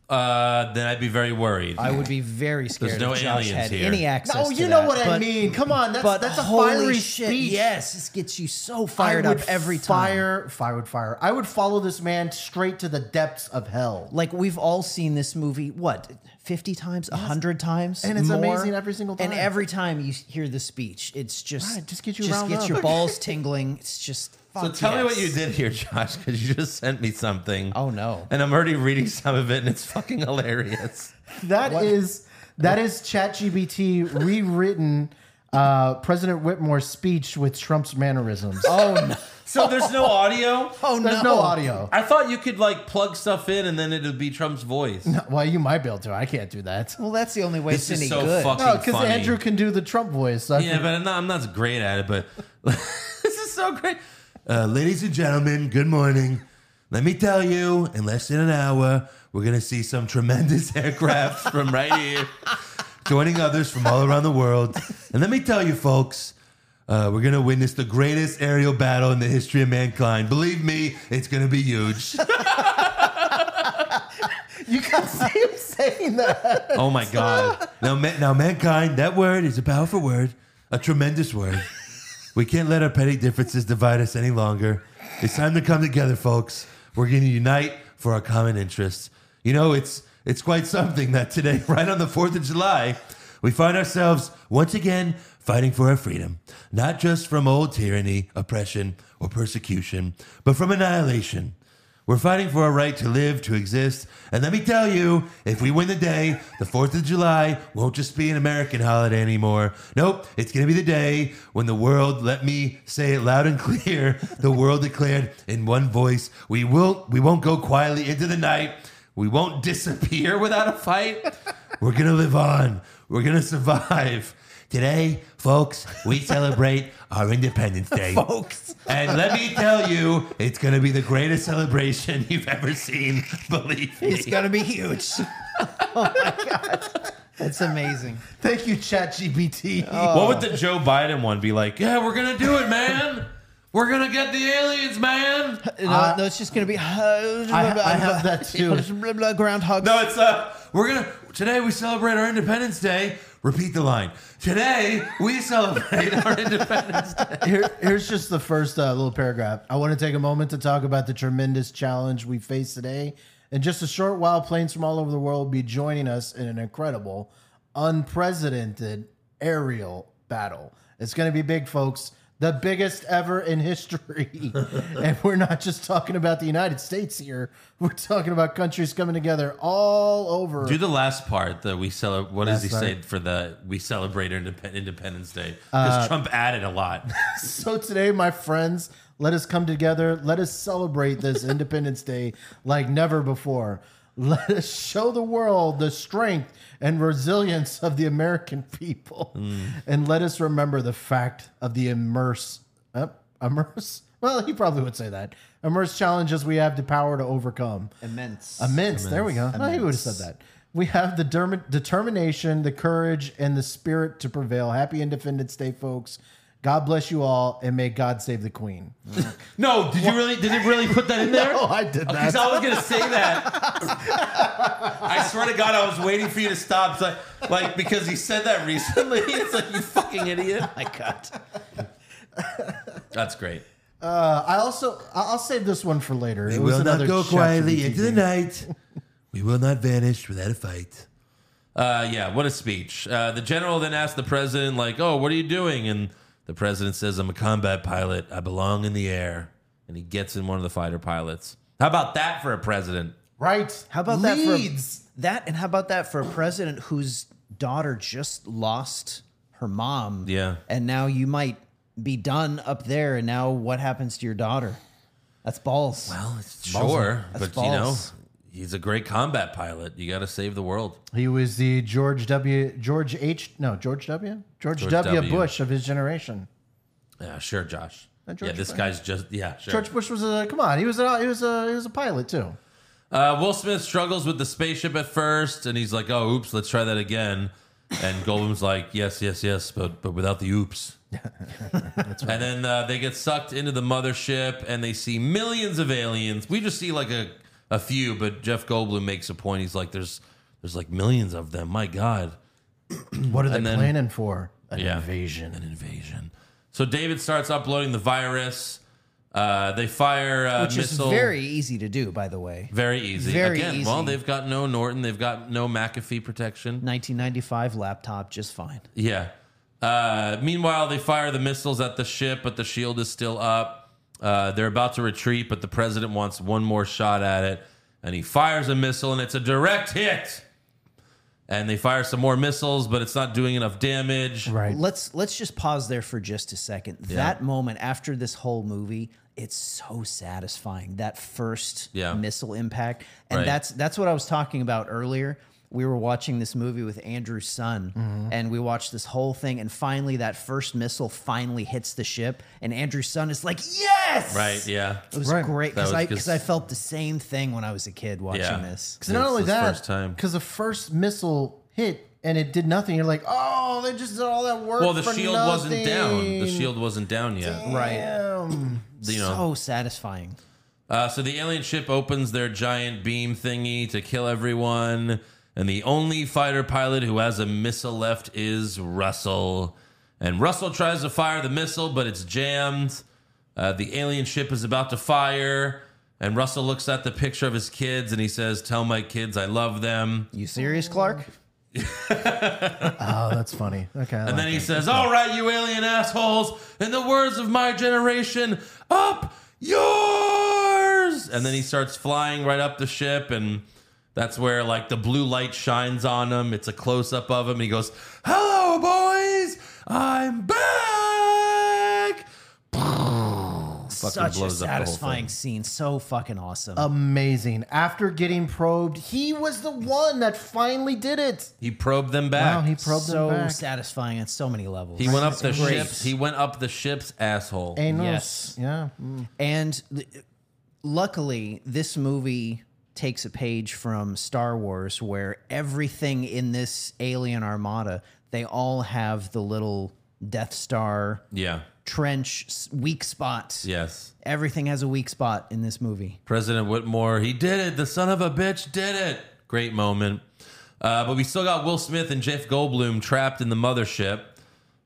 Uh, then I'd be very worried. I would be very scared no if Josh aliens had here. any access. Oh, to you know that, what I but- mean. Come on, that's But that's a holy fiery shit, speech. Yes, this gets you so I fired would up every time. Fire, fire would fire. I would follow this man straight to the depths of hell. Like we've all seen this movie, what, fifty times, a hundred times, And it's more? amazing every single And time. every time you hear the speech, it's just Right, just get you just riled gets your up. balls tingling. It's just so fuck tell me what yes. you did here, Josh, because you just sent me something. Oh no, And I'm already reading some of it, and it's fucking hilarious. That is that is ChatGPT rewritten uh, President Whitmore's speech with Trump's mannerisms. oh no, So there's no audio. oh no, There's no audio. I thought you could like plug stuff in, and then it would be Trump's voice. Well, you might be able to. I can't do that. Well, that's the only way This it's is any so good. fucking No, because funny. Andrew can do the Trump voice. so I Yeah, think- but I'm not, I'm not great at it, but this is so great. Uh, ladies and gentlemen, good morning. Let me tell you, in less than an hour, we're going to see some tremendous aircraft from right here. joining others from all around the world. And let me tell you, folks, uh, we're going to witness the greatest aerial battle in the history of mankind. Believe me, it's going to be huge. You can see him saying that. Oh my God. Now, ma- now, mankind, that word is a powerful word, a tremendous word. We can't let our petty differences divide us any longer. It's time to come together, folks. We're going to unite for our common interests. You know, it's it's quite something that today, right on the 4th of July, we find ourselves once again fighting for our freedom, not just from old tyranny, oppression, or persecution, but from annihilation. We're fighting for our right to live, to exist. And let me tell you, if we win the day, the 4th of July won't just be an American holiday anymore. Nope, it's going to be the day when the world, let me say it loud and clear, the world declared in one voice, we will we won't go quietly into the night. We won't disappear without a fight. We're going to live on. We're going to survive. Today, folks, we celebrate our Independence Day. Folks. And let me tell you, it's going to be the greatest celebration you've ever seen. Believe me. It's gonna be huge. oh my god, that's amazing. Thank you, ChatGPT. What would the Joe Biden one be like? Yeah, we're gonna do it, man. We're gonna get the aliens, man. No, no, it's just gonna be. I, ha- I have that too. Groundhog. No, it's uh, We're going to, today we celebrate our Independence Day. Repeat the line. Today we celebrate our Independence Day. Here, here's just the first uh, little paragraph. I want to take a moment to talk about the tremendous challenge we face today. In just a short while, planes from all over the world will be joining us in an incredible, unprecedented aerial battle. It's going to be big, folks. The biggest ever in history. and we're not just talking about the United States here. We're talking about countries coming together all over. do the last part that we celebrate. What does he Last say part. for the we celebrate our Indep- Independence Day? Uh, Because Trump added a lot. So today, my friends, let us come together. Let us celebrate this Independence Day like never before. Let us show the world the strength and resilience of the American people. And let us remember the fact of the immerse. Uh, immerse? Well, he probably would say that. Immerse challenges we have the power to overcome. Immense. Immense. There we go. I would have said that. We have the derm- determination, the courage, and the spirit to prevail. Happy Independence Day, folks. God bless you all, and may God save the Queen. no, did you really? Did it really put that in there? Oh, I did Because that. I was gonna say that. I swear to God, I was waiting for you to stop. It's like, like because he said that recently. It's like you fucking idiot. My God. That's great. Uh, I also, I- I'll save this one for later. We It was will not another go ChatGPT quietly into the thing. night. We will not vanish without a fight. Uh, yeah, what a speech. Uh, the general then asked the president, like, oh, what are you doing? And the president says, I'm a combat pilot. I belong in the air. And he gets in one of the fighter pilots. How about that for a president? Right. How about Leads. that for that? And how about that for a president whose daughter just lost her mom? Yeah. And now you might be done up there. And now what happens to your daughter? That's balls. Oh, Well, Sure, That's but you know, balls. he's a great combat pilot. You got to save the world. He was the George W. George H. No, George W. George, George w. W. Bush of his generation. Yeah, sure, Josh. That Yeah, Uh, George this Bush. guy's just, yeah, sure. George Bush was a come on. He was a he was a he was a pilot too. Uh, Will Smith struggles with the spaceship at first, and he's like, "Oh, oops, let's try that again." And Goldblum's like, "Yes, yes, yes, but but without the oops." And then uh, they get sucked into the mothership, and they see millions of aliens. We just see like a a few, but Jeff Goldblum makes a point. He's like, "There's there's like millions of them. My God, What are they And then- planning for? An Yeah. invasion. an invasion." So David starts uploading the virus. Uh, they fire uh, which missile. is very easy to do, by the way. Very easy. very Again, well, easy. they've got no Norton. They've got no McAfee protection. 1995 laptop, just fine. Yeah. Uh, meanwhile, they fire the missiles at the ship, but the shield is still up. Uh, they're about to retreat, but the president wants one more shot at it, and he fires a missile, and it's a direct hit. And they fire some more missiles, but it's not doing enough damage. Right. Let's let's just pause there for just a second. That moment after this whole movie, it's so satisfying. That first Yeah. missile impact, and Right. that's that's what I was talking about earlier. We were watching this movie with Andrew's son, Mm-hmm. and we watched this whole thing. And finally, that first missile finally hits the ship, and Andrew's son is like, "Yes!" Right? Yeah. It was Right. great That because was I 'cause- because I felt the same thing when I was a kid watching Yeah. this. Because not It's only the that, first time. because the first missile hit and it did nothing. You're like, oh, they just did all that work. Well, the for shield wasn't down. The nothing." shield wasn't down yet. Right. Damn. You know. So satisfying. Uh, so the alien ship opens their giant beam thingy to kill everyone, and the only fighter pilot who has a missile left is Russell. And Russell tries to fire the missile, but it's jammed. Uh, the alien ship is about to fire, and Russell looks at the picture of his kids and he says, "Tell my kids I love them." You serious, Clark? Oh, that's funny. Okay. I And like then he says, All right, you alien assholes, in the words of my generation, up yours. And then he starts flying right up the ship. And that's where, like, the blue light shines on him. It's a close up of him. And he goes, Hello, boys, I'm back. Such a blows up the whole satisfying thing. scene. So fucking awesome. amazing. After getting probed, he was the one that finally did it. He probed them Wow, back. he probed so them back. satisfying on so many levels. he went up the Great. ships. He went up the ship's asshole. Anus. Yes. Yeah. Mm. And th- luckily, this movie takes a page from Star Wars, where everything in this alien armada, they all have the little Death Star yeah. trench s- weak spots. Yes. Everything has a weak spot in this movie. President Whitmore, he did it. The son of a bitch did it. Great moment. Uh, but we still got Will Smith and Jeff Goldblum trapped in the mothership.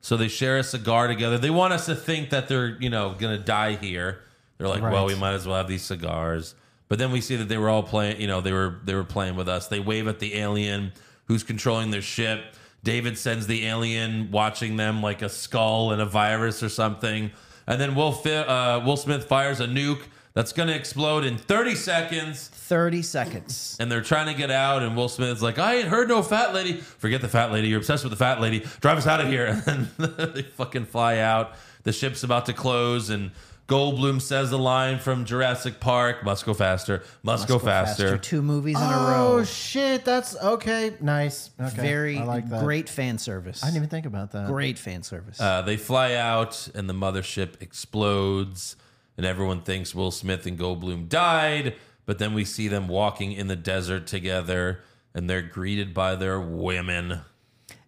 So they share a cigar together. They want us to think that they're, you know, going to die here. They're like, well, we might as well have these cigars. But then we see that they were all playing, you know, they were they were playing with us. They wave at the alien who's controlling their ship. David sends the alien watching them like a skull and a virus or something. And then Will Fi- uh, Will Smith fires a nuke that's going to explode in 30 seconds 30 seconds. and they're trying to get out, and Will Smith's like, I ain't heard no fat lady. Forget the fat lady. You're obsessed with the fat lady. Drive us out of here. And then they fucking fly out. The ship's about to close, and Goldblum says the line from Jurassic Park must go faster, must, go, faster. Two movies in a Oh row. shit, that's okay. Nice. Okay. Very I like that. great fan service. I didn't even think about that. great fan service. Uh, they fly out, and the mothership explodes, and everyone thinks Will Smith and Goldblum died. But then we see them walking in the desert together, and they're greeted by their women.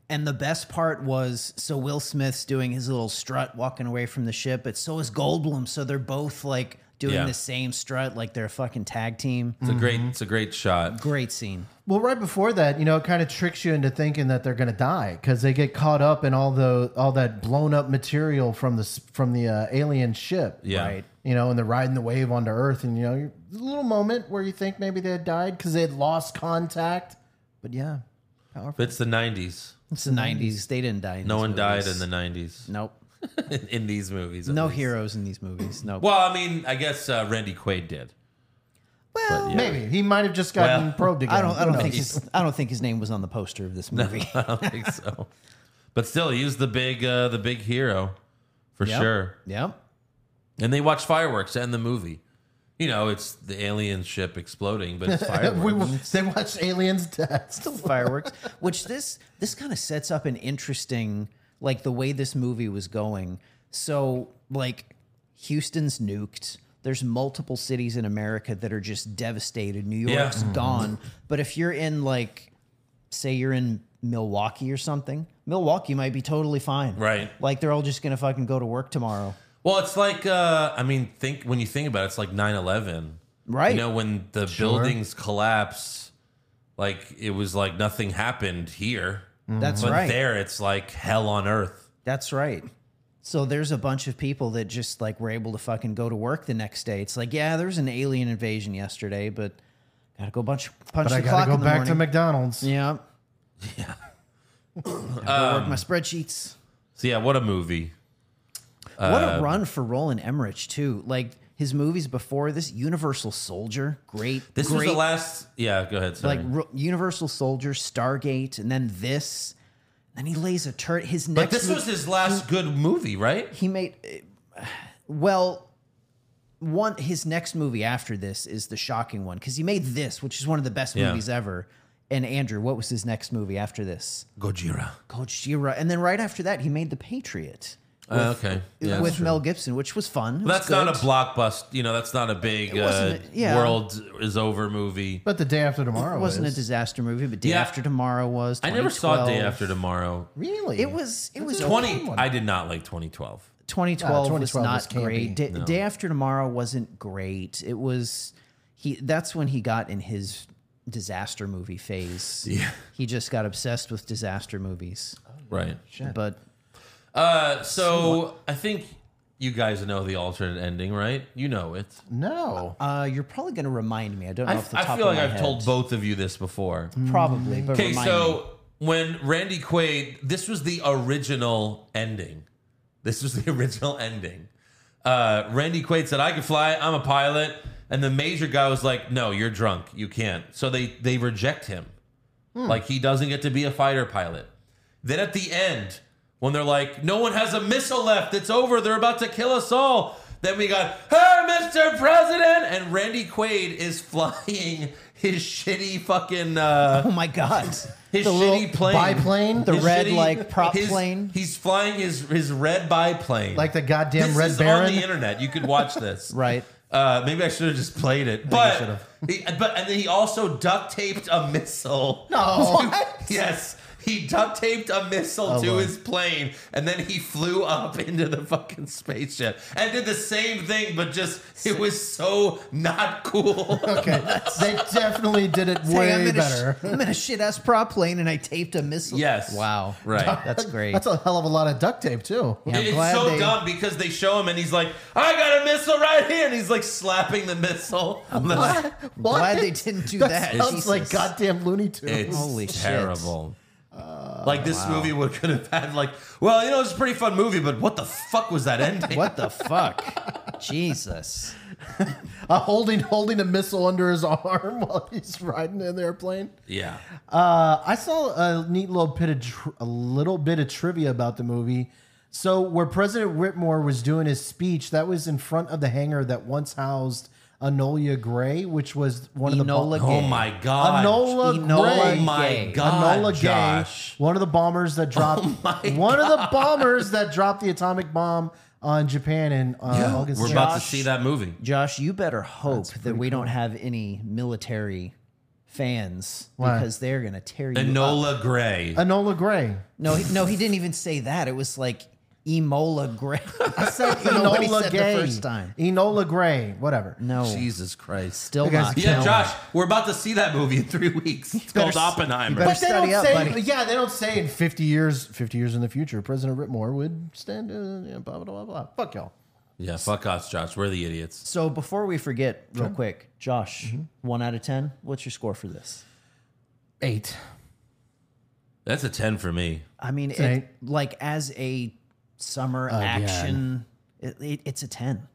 And the best part was so Will Smith's doing his little strut walking away from the ship, but so is Goldblum. So they're both like doing Yeah. the same strut, like they're a fucking tag team. It's a great, it's a great shot. Great scene. Well, right before that, you know, it kind of tricks you into thinking that they're going to die because they get caught up in all the all that blown up material from the s- from the uh, alien ship. Yeah. Right. You know, and they're riding the wave onto Earth, and you know, you a little moment where you think maybe they had died because they had lost contact. But yeah, powerful. It's the '90s. It's the 90s. They didn't die. In No these one died in movies. the '90s Nope. in, in these movies. at No least. heroes in these movies. Nope. Well, I mean, I guess uh, Randy Quaid did. Well, maybe he might have just gotten Well, probed again. I don't. Who I don't think knows? his. I don't think his name was on the poster of this movie. I don't think so. But still, he was the big, uh, the big hero for Yep. sure. Yep. And they watch fireworks to end the movie. You know, it's the alien ship exploding, but it's fireworks. we, they watched aliens test. fireworks which this this kind of sets up an interesting like the way this movie was going so like houston's nuked there's multiple cities in america that are just devastated new Yeah. york's gone but if you're in like say you're in milwaukee or something milwaukee might be totally fine Right. like they're all just gonna fucking go to work tomorrow Well, it's like uh, I mean, think when you think about it, it's like 9-11. Right. You know, when the buildings collapse, like it was like nothing happened here. Mm, that's But right there, it's like hell on earth. That's right. So there's a bunch of people that just like were able to fucking go to work the next day. It's like, yeah, there was an alien invasion yesterday, but gotta go bunch But punch the I clock gotta go in the back to morning. McDonald's. yeah, yeah. gotta work my spreadsheets. So yeah, what a movie. What Uh, a run for Roland Emmerich too. Like his movies before this, Universal Soldier, great. This great, was the last. Yeah, go ahead. Sorry. like Ro- Universal Soldier, Stargate, and then this. Then he lays a turret. His next. but this mo- was his last good movie, right? he made uh, well one his next movie after this is the shocking one because he made this which is one of the best Yeah. movies ever and andrew what was his next movie after this Gojira. gojira and then right after that he made the patriot Uh, okay. Yeah, with that's true. Mel Gibson, which was fun. It was That's not a good. blockbuster. You know, that's not a big uh, wasn't a- yeah. world is over movie. But the day after tomorrow It wasn't a is. disaster movie, but Day Yeah. After Tomorrow was. I never saw Day 2012. After Tomorrow. really. It was. It was Twenty. I did not like 2012. 2012, Yeah, was 2012 not was campy. great. Da- Day after tomorrow wasn't great. It was he. That's when he got in his disaster movie phase. Yeah, he just got obsessed with disaster movies. Right. But Uh, so I think you guys know the alternate ending, right? You know it. no. uh, you're probably going to remind me. I don't know I, off the I top feel of like my I've head. told both of you this before. probably. But Okay, remind me. so when Randy Quaid, this was the original ending. This was the original ending. Uh, Randy Quaid said, "I can fly. I'm a pilot." And the major guy was like, "No, you're drunk. You can't." So they they reject him. Like he doesn't get to be a fighter pilot. Then at the end, when they're like, "No one has a missile left. It's over. They're about to kill us all." Then we got, "Hey, Mr. President!" And Randy Quaid is flying his shitty fucking uh, oh my god, his The little shitty plane, biplane? The His red, like, prop his- plane? He's flying his his red biplane, Like the goddamn This Red is Baron? on the internet. You could watch this, Right. Uh, maybe I should have just played it, I but he, but and then he also duct taped a missile. No. Yes, he duct taped a missile to Lord. his plane, and then he flew up into the fucking spaceship and did the same thing, but just it was so not cool. Okay. they definitely did it Hey, I'm way in a sh- better. I'm in a shit ass prop plane and I taped a missile. Yes. Wow. Right. That's great. That's a hell of a lot of duct tape too. Yeah, I'm it's glad so they- dumb because they show him and he's like, I got a missile right here. And he's like slapping the missile. Like, What? glad they didn't do that. sounds Jesus. like goddamn Looney Tunes. it's Holy shit. terrible. like this movie would could have had like, well, you know, it's a pretty fun movie, but what the fuck was that ending? What the fuck? Jesus. a Uh, holding holding a missile under his arm while he's riding an airplane. Yeah. Uh, I saw a neat little bit of tr- a little bit of trivia about the movie. So where President Whitmore was doing his speech, that was in front of the hangar that once housed Anola Gray, which was one of the Enola bo- Gay. Oh my god. Enola Enola Oh Gray. my Gay. god. Enola Gay, Josh. Oh one of the bombers that dropped one of the bombers that dropped the atomic bomb on Japan in uh, August. We're 6th. about to see that movie. Josh, you better hope that we don't have any military fans Why? because they're going to tear you up. Enola Gray. Enola Gray. No, he, no, he didn't even say that. It was like Emola Gray. I said know what he Enola said the Gay. first time. Enola Gray. Whatever. No, Jesus Christ. still You guys not. can't- Yeah, Tell Josh, we're about to see that movie in three weeks. It's called Oppenheimer. better But they don't study up, say. buddy. Yeah, they don't say in fifty years. Fifty years in the future, President Whitmore would stand. Uh, yeah, blah blah blah blah. Fuck y'all. Yeah, fuck us, Josh. We're the idiots. So before we forget, real quick, Josh, Mm-hmm. one out of 10, what's your score for this? Eight. That's a 10 for me. I mean, an it, like as a summer action, it, it, it's a 10.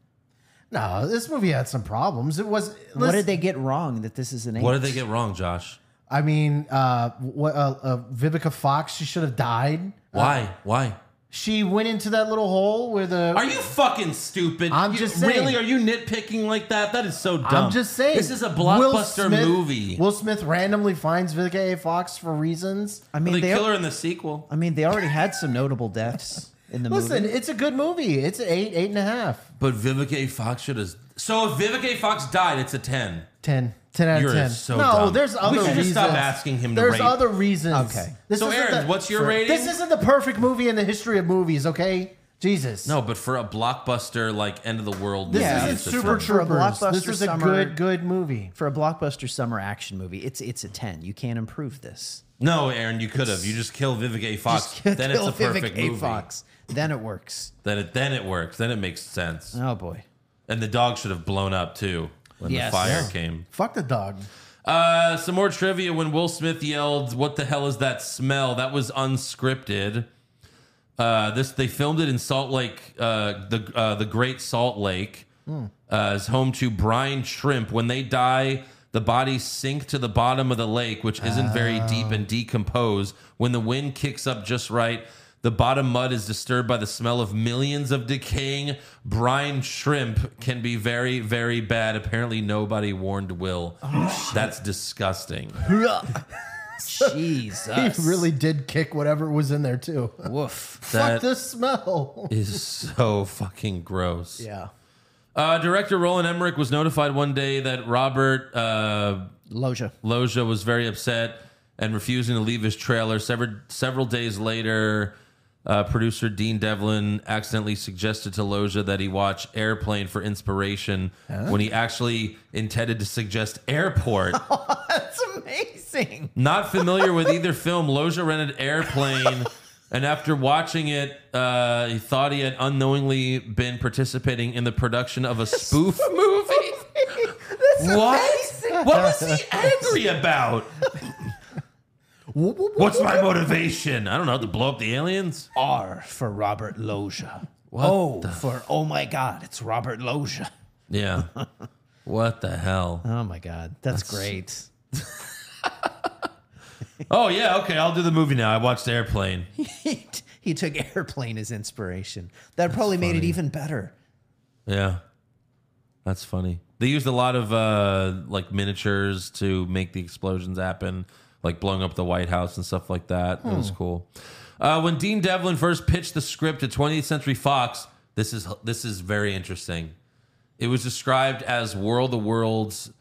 No, this movie had some problems. It was. What did they get wrong that this is an 8? What did they get wrong, Josh? I mean, uh, what? Uh, uh, Vivica Fox. She should have died. Why? Why? She went into that little hole with a. Are you fucking stupid? I'm You- just saying. Really? Are you nitpicking like that? That is so dumb. I'm just saying. This is a Will blockbuster Smith- movie. Will Smith randomly finds Vivica A. Fox for reasons. I mean, they they, kill her in the sequel. I mean, they already had some notable deaths in the Listen, movie. it's a good movie. It's an eight, eight and a half, But Vivica A. Fox should have. So if Vivica A. Fox died, it's a 10. ten, ten out You're of ten. so no, dumb. there's We other should reasons. just stop asking him to There's rate. other reasons. Okay. This So, isn't Aaron, the- what's your rating? This isn't the perfect movie in the history of movies. Okay, Jesus. No, but for a blockbuster, like end of the world, this movie, Yeah. isn't it's a Super 10. For a Troopers. This blockbuster is a summer- good, good movie. For a blockbuster summer action movie, it's it's a 10. You can't improve this. No, Aaron, you could have. You just kill Vivica A. Fox. Just then kill it's a Vivica perfect A. movie. Fox. Then it works. Then it then it works. Then it makes sense. Oh, boy. And the dog should have blown up too when Yes. the fire Yeah. came. Fuck the dog. Uh, some more trivia. When Will Smith yelled, "What the hell is that smell?" That was unscripted. Uh, this they filmed it in Salt Lake, uh, the uh, the Great Salt Lake, uh, is home to brine shrimp. When they die, the bodies sink to the bottom of the lake, which isn't very deep Oh. and decompose. When the wind kicks up just right, the bottom mud is disturbed by the smell of millions of decaying brine shrimp. Can be very very Oh, bad. Apparently, nobody warned Will. That's disgusting. Jesus. He really did kick whatever was in there too. Woof. That- Fuck this smell. is so fucking gross. Yeah. Uh, director Roland Emmerich was notified one day that Robert uh, Loja. Loja was very upset and refusing to leave his trailer. Several, several days later, uh, producer Dean Devlin accidentally suggested to Loja that he watch Airplane for inspiration when he actually intended to suggest Airport. That's amazing. Not familiar with either film, Loja rented Airplane, and after watching it, uh, he thought he had unknowingly been participating in the production of a spoof movie. what? What was he angry about? What's my motivation? I don't know, to blow up the aliens? R for Robert Loja. Oh, for oh my God, it's Robert Loja. Yeah. What the hell? Oh my God, that's, great. Oh, yeah, okay, I'll do the movie now. I watched Airplane. he, t- he took airplane as inspiration. That probably made it even better. Yeah. That's funny. They used a lot of uh like miniatures to make the explosions happen, like blowing up the White House and stuff like that. That was cool. Uh, when Dean Devlin first pitched the script to 20th Century Fox, this is this is very interesting. It was described as War of the Worlds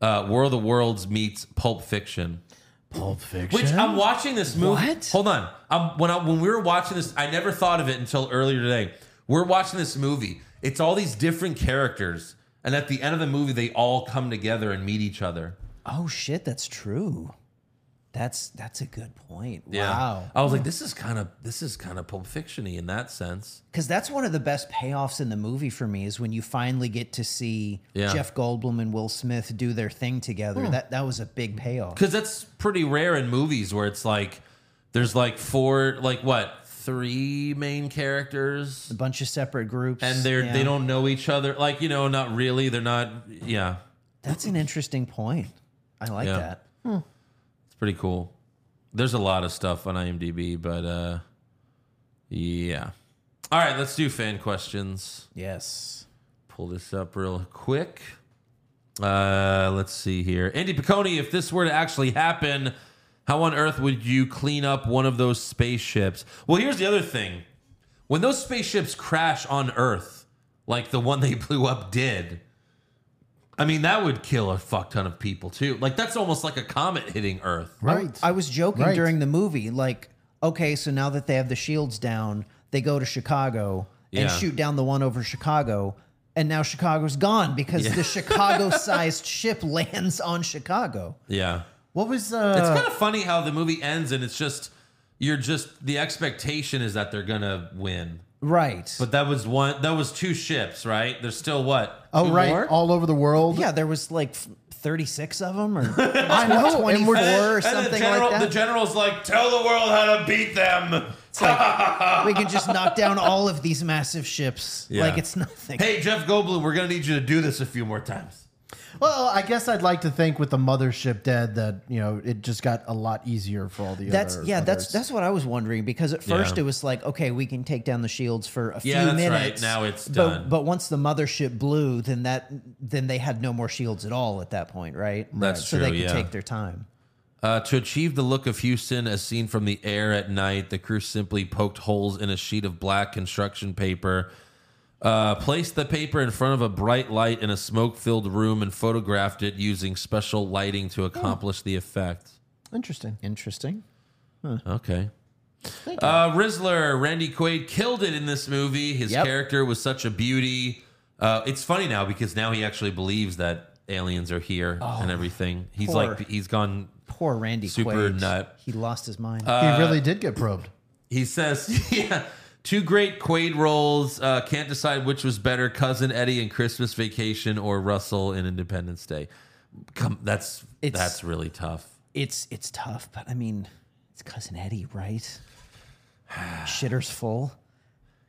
uh War of the Worlds meets Pulp Fiction. Pulp Fiction. Which I'm watching this movie. What? Hold on. Um, when I when we were watching this, I never thought of it until earlier today. We're watching this movie. It's all these different characters, and at the end of the movie, they all come together and meet each other. Oh shit, that's true. That's that's a good point. Wow. I was like, this is kind of this is kind of Pulp Fictiony in that sense. Because that's one of the best payoffs in the movie for me is when you finally get to see Yeah. Hmm. Jeff Goldblum and Will Smith do their thing together. That that was a big payoff. Because that's pretty rare in movies where it's like there's like four, like what, three main characters, A bunch of separate groups, and they're yeah. they don't know each other. Like you know, not really. They're not. Yeah, That's an interesting point. I like Yeah. that. It's pretty cool. There's a lot of stuff on IMDb, but uh yeah. All right, let's do fan questions. Yes. Pull this up real quick. Uh let's see here. Andy Piccone, if this were to actually happen, how on earth would you clean up one of those spaceships? Well, here's the other thing. When those spaceships crash on Earth, like the one they blew up did, I mean, that would kill a fuck ton of people too. Like that's almost like a comet hitting Earth. Right. I was joking Right. during the movie, like, okay, so now that they have the shields down, they go to Chicago and Yeah. shoot down the one over Chicago, and now Chicago's gone because the Chicago-sized ship lands on Chicago. Yeah. what was It's uh kind of funny how the movie ends and it's just you're just the expectation is that they're gonna win. Right. But that was one that was two ships, right? There's still what? Oh Two right, more? all over the world. yeah, there was like f- 36 of them or I know. And we're, 24 or And the something general- like The that. general's like, tell the world how to beat them. we can just knock down all of these massive ships Yeah. like it's nothing. Hey, Jeff Goldblum, we're gonna need you to do this a few more times. well, I guess I'd like to think with the mothership dead that you know it just got a lot easier for all the That's other. yeah. That's others. that's what I was wondering because at first Yeah. it was like, okay, we can take down the shields for a Yeah, few that's right. minutes. Now it's but, done. But once the mothership blew, then that then they had no more shields at all at that point, right? That's so true, they could yeah. take their time. Uh, to achieve the look of Houston as seen from the air at night, the crew simply poked holes in a sheet of black construction paper, uh, placed the paper in front of a bright light in a smoke filled room, and photographed it using special lighting to accomplish the effect. interesting. Interesting. Okay. Uh, Rizzler, Randy Quaid killed it in this movie. His Yep. character was such a beauty. Uh, it's funny now because now he actually believes that aliens are here and everything. He's Oh, poor. like, he's gone Poor Randy Super Quaid. nut. Uh, He lost his mind. he really did get probed. He says, yeah, two great Quaid roles. Uh, can't decide which was better, Cousin Eddie in Christmas Vacation or Russell in Independence Day. Come, that's It's- that's really tough. it's it's tough, but I mean, it's cousin Eddie, right? Shitter's full,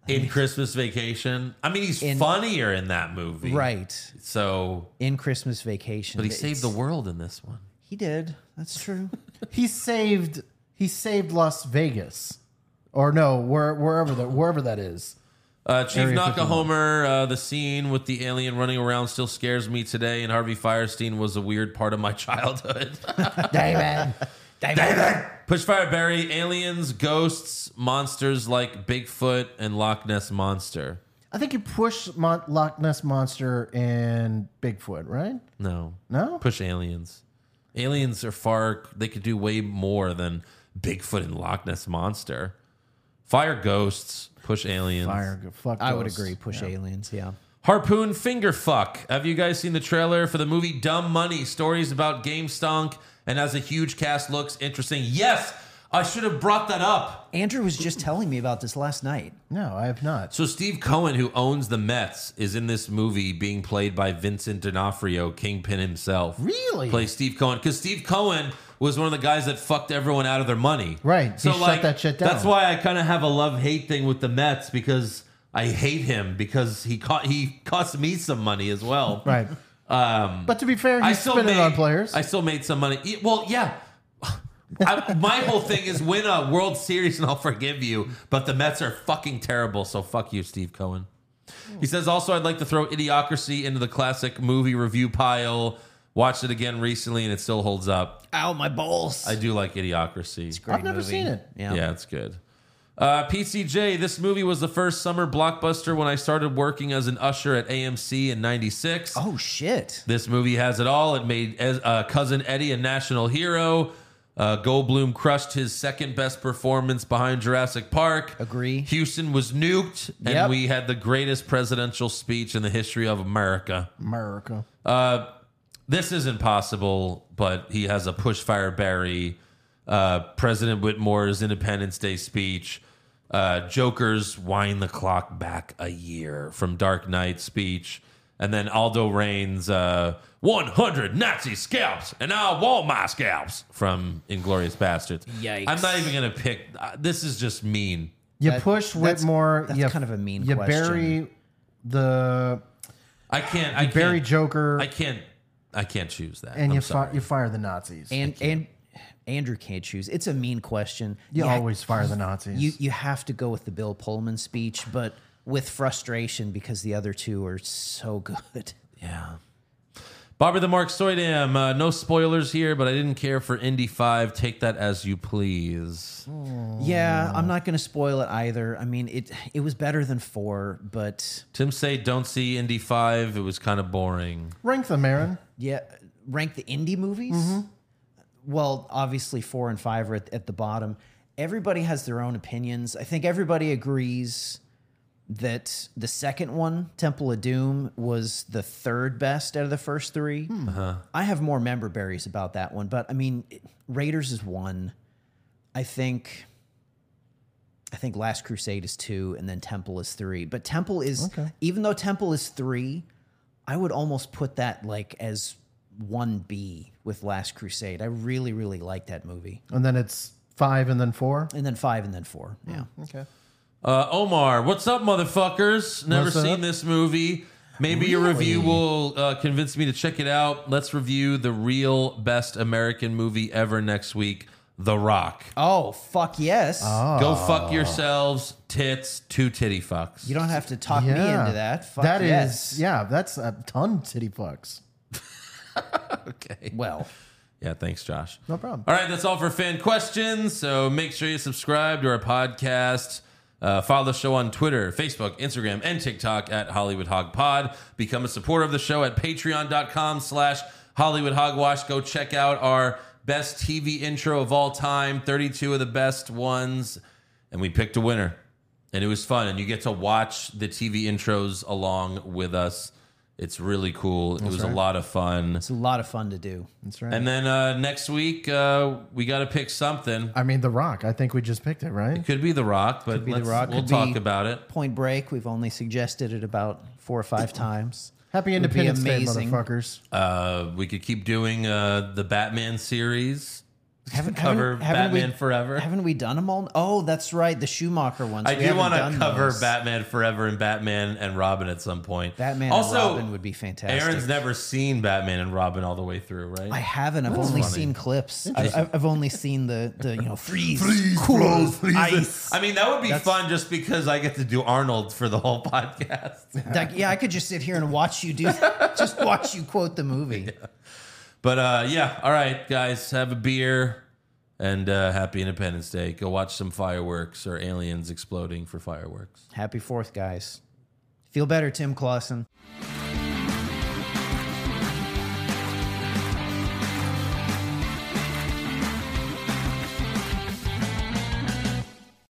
In Christmas Vacation, I mean, he's In- funnier in that movie, right? So, In Christmas Vacation, but he it's- saved the world in this one. He did. That's true. He saved. He saved Las Vegas, or no, where, wherever that wherever that is. Uh, Chief Area Nakahomer, uh, the scene with the alien running around still scares me today, and Harvey Firestein was a weird part of my childhood. Damn Pushfire Berry, aliens, ghosts, monsters like Bigfoot and Loch Ness Monster. I think you push Mon- Loch Ness monster and Bigfoot, right? No. No, Push aliens. Aliens are far, they could do way more than Bigfoot and Loch Ness Monster. Fire ghosts, push aliens. fire. Fuck. I would those. agree. Push aliens. Yeah. Harpoon finger fuck. Have you guys seen the trailer for the movie Dumb Money? Stories about Game Stonk and as a huge cast looks interesting. Yes, I should have brought that up. Andrew was just telling me about this last night. No, I have not. So Steve Cohen, who owns the Mets, is in this movie being played by Vincent D'Onofrio, Kingpin himself. Really? Play Steve Cohen because Steve Cohen was one of the guys that fucked everyone out of their money. Right. So He shut like that shit down. That's why I kind of have a love hate thing with the Mets because I hate him because he caught he cost me some money as well. Right. Um, but to be fair, he's spending made, on players. I still made some money. Yeah, Well, yeah. I, my whole thing is win a World Series and I'll forgive you, but the Mets are fucking terrible, so fuck you, Steve Cohen. He says also I'd like to throw Idiocracy into the classic movie review pile. Watched it again recently and it still holds up. Ow, my balls. I do like Idiocracy. I've never seen it. Yeah. Yeah, it's good. Uh, PCJ, this movie was the first summer blockbuster when I started working as an usher at AMC in 96. Oh shit. This movie has it all. It made uh, cousin Eddie a national hero. Uh, Goldblum crushed his second best performance behind Jurassic Park. Agree. Houston was nuked, and Yep. we had the greatest presidential speech in the history of America. America. This isn't possible, but he has a push fire Barry. Uh, President Whitmore's Independence Day speech. Uh, Joker's wind the clock back a year from Dark Knight speech, and then Aldo Rain's uh, 100 Nazi scalps, and I want my scalps from Inglorious Bastards. Yikes. I'm not even gonna pick. Uh, this is just mean. You That- push that's- Whitmore. that's you, kind of a mean You question. bury the I can't. I bury can't, Joker, I can't. I can't choose that. and I'm you sorry. fi- you fire the Nazis. And and Andrew can't choose. It's a mean question. you Yeah, always fire the Nazis. you you have to go with the Bill Pullman speech, but with frustration because the other two are so good. Yeah. Bobby the Mark Soydam, uh, no spoilers here, but I didn't care for Indy 5. Take that as you please. Yeah, Mm. I'm not going to spoil it either. I mean, it it was better than 4, but Tim say don't see Indy 5. It was kind of boring. rank them, Aaron. yeah, rank the indie movies? Well, obviously 4 and 5 are at, at the bottom. Everybody has their own opinions. I think everybody agrees that the second one, Temple of Doom, was the third best out of the first three. I have more member berries about that one, but I mean, it- Raiders is one. I think. I think Last Crusade is two, and then Temple is three. But Temple is, even though Temple is three, I would almost put that like as one B with Last Crusade. I really, really like that movie. And then it's five, and then four. And then five, and then four. Yeah. Okay. Uh, Omar, what's up, motherfuckers? Never What's seen up? this movie. Maybe your review will uh, convince me to check it out. Let's review the real best American movie ever next week The Rock. Oh fuck yes! Uh, Go Ah. fuck yourselves, tits, two titty fucks. You don't have to talk me Yeah. into that. Fuck That is yes. yeah. That's a ton titty fucks. okay. Well, Yeah, thanks, Josh. No problem. All right, that's all for fan questions. So make sure you subscribe to our podcast. Uh, follow the show on Twitter, Facebook, Instagram, and TikTok at Hollywood Hog Pod. Become a supporter of the show at patreon.com slash Hollywood Hogwash. Go check out our best TV intro of all time, 32 of the best ones. And we picked a winner. And it was fun. And you get to watch the TV intros along with us. It's really cool. it was a lot of fun. it's a lot of fun to do. That's right. And then uh, next week, uh, we got to pick something. I mean, The Rock. I think we just picked it, right? Could be The Rock, but be The let's- Rock, we'll could talk be- about it. Point Break. We've only suggested it about four or five times. Happy Would be Independence Day, amazing. motherfuckers. Uh, we could keep doing uh, the Batman series, Haven't, cover Batman we, Forever. Haven't we done them all? Oh, that's right, the Schumacher ones. I We do haven't want to done cover those. Batman Forever and Batman and Robin at some point. Batman. also, and Robin would be fantastic. Aaron's never seen Batman and Robin all the way through, right? I haven't. I've only seen clips. I, I've- I've only seen the the you know freeze, cool, Cool. ice. I mean, that would be fun just because I get to do Arnold for the whole podcast. Like, yeah, I could just sit here and watch you do, just watch you quote the movie. But uh, yeah, all right, guys, have a beer, And uh, happy Independence Day. Go watch some fireworks or aliens exploding for fireworks. Happy Fourth, guys. Feel better, Tim Clausen.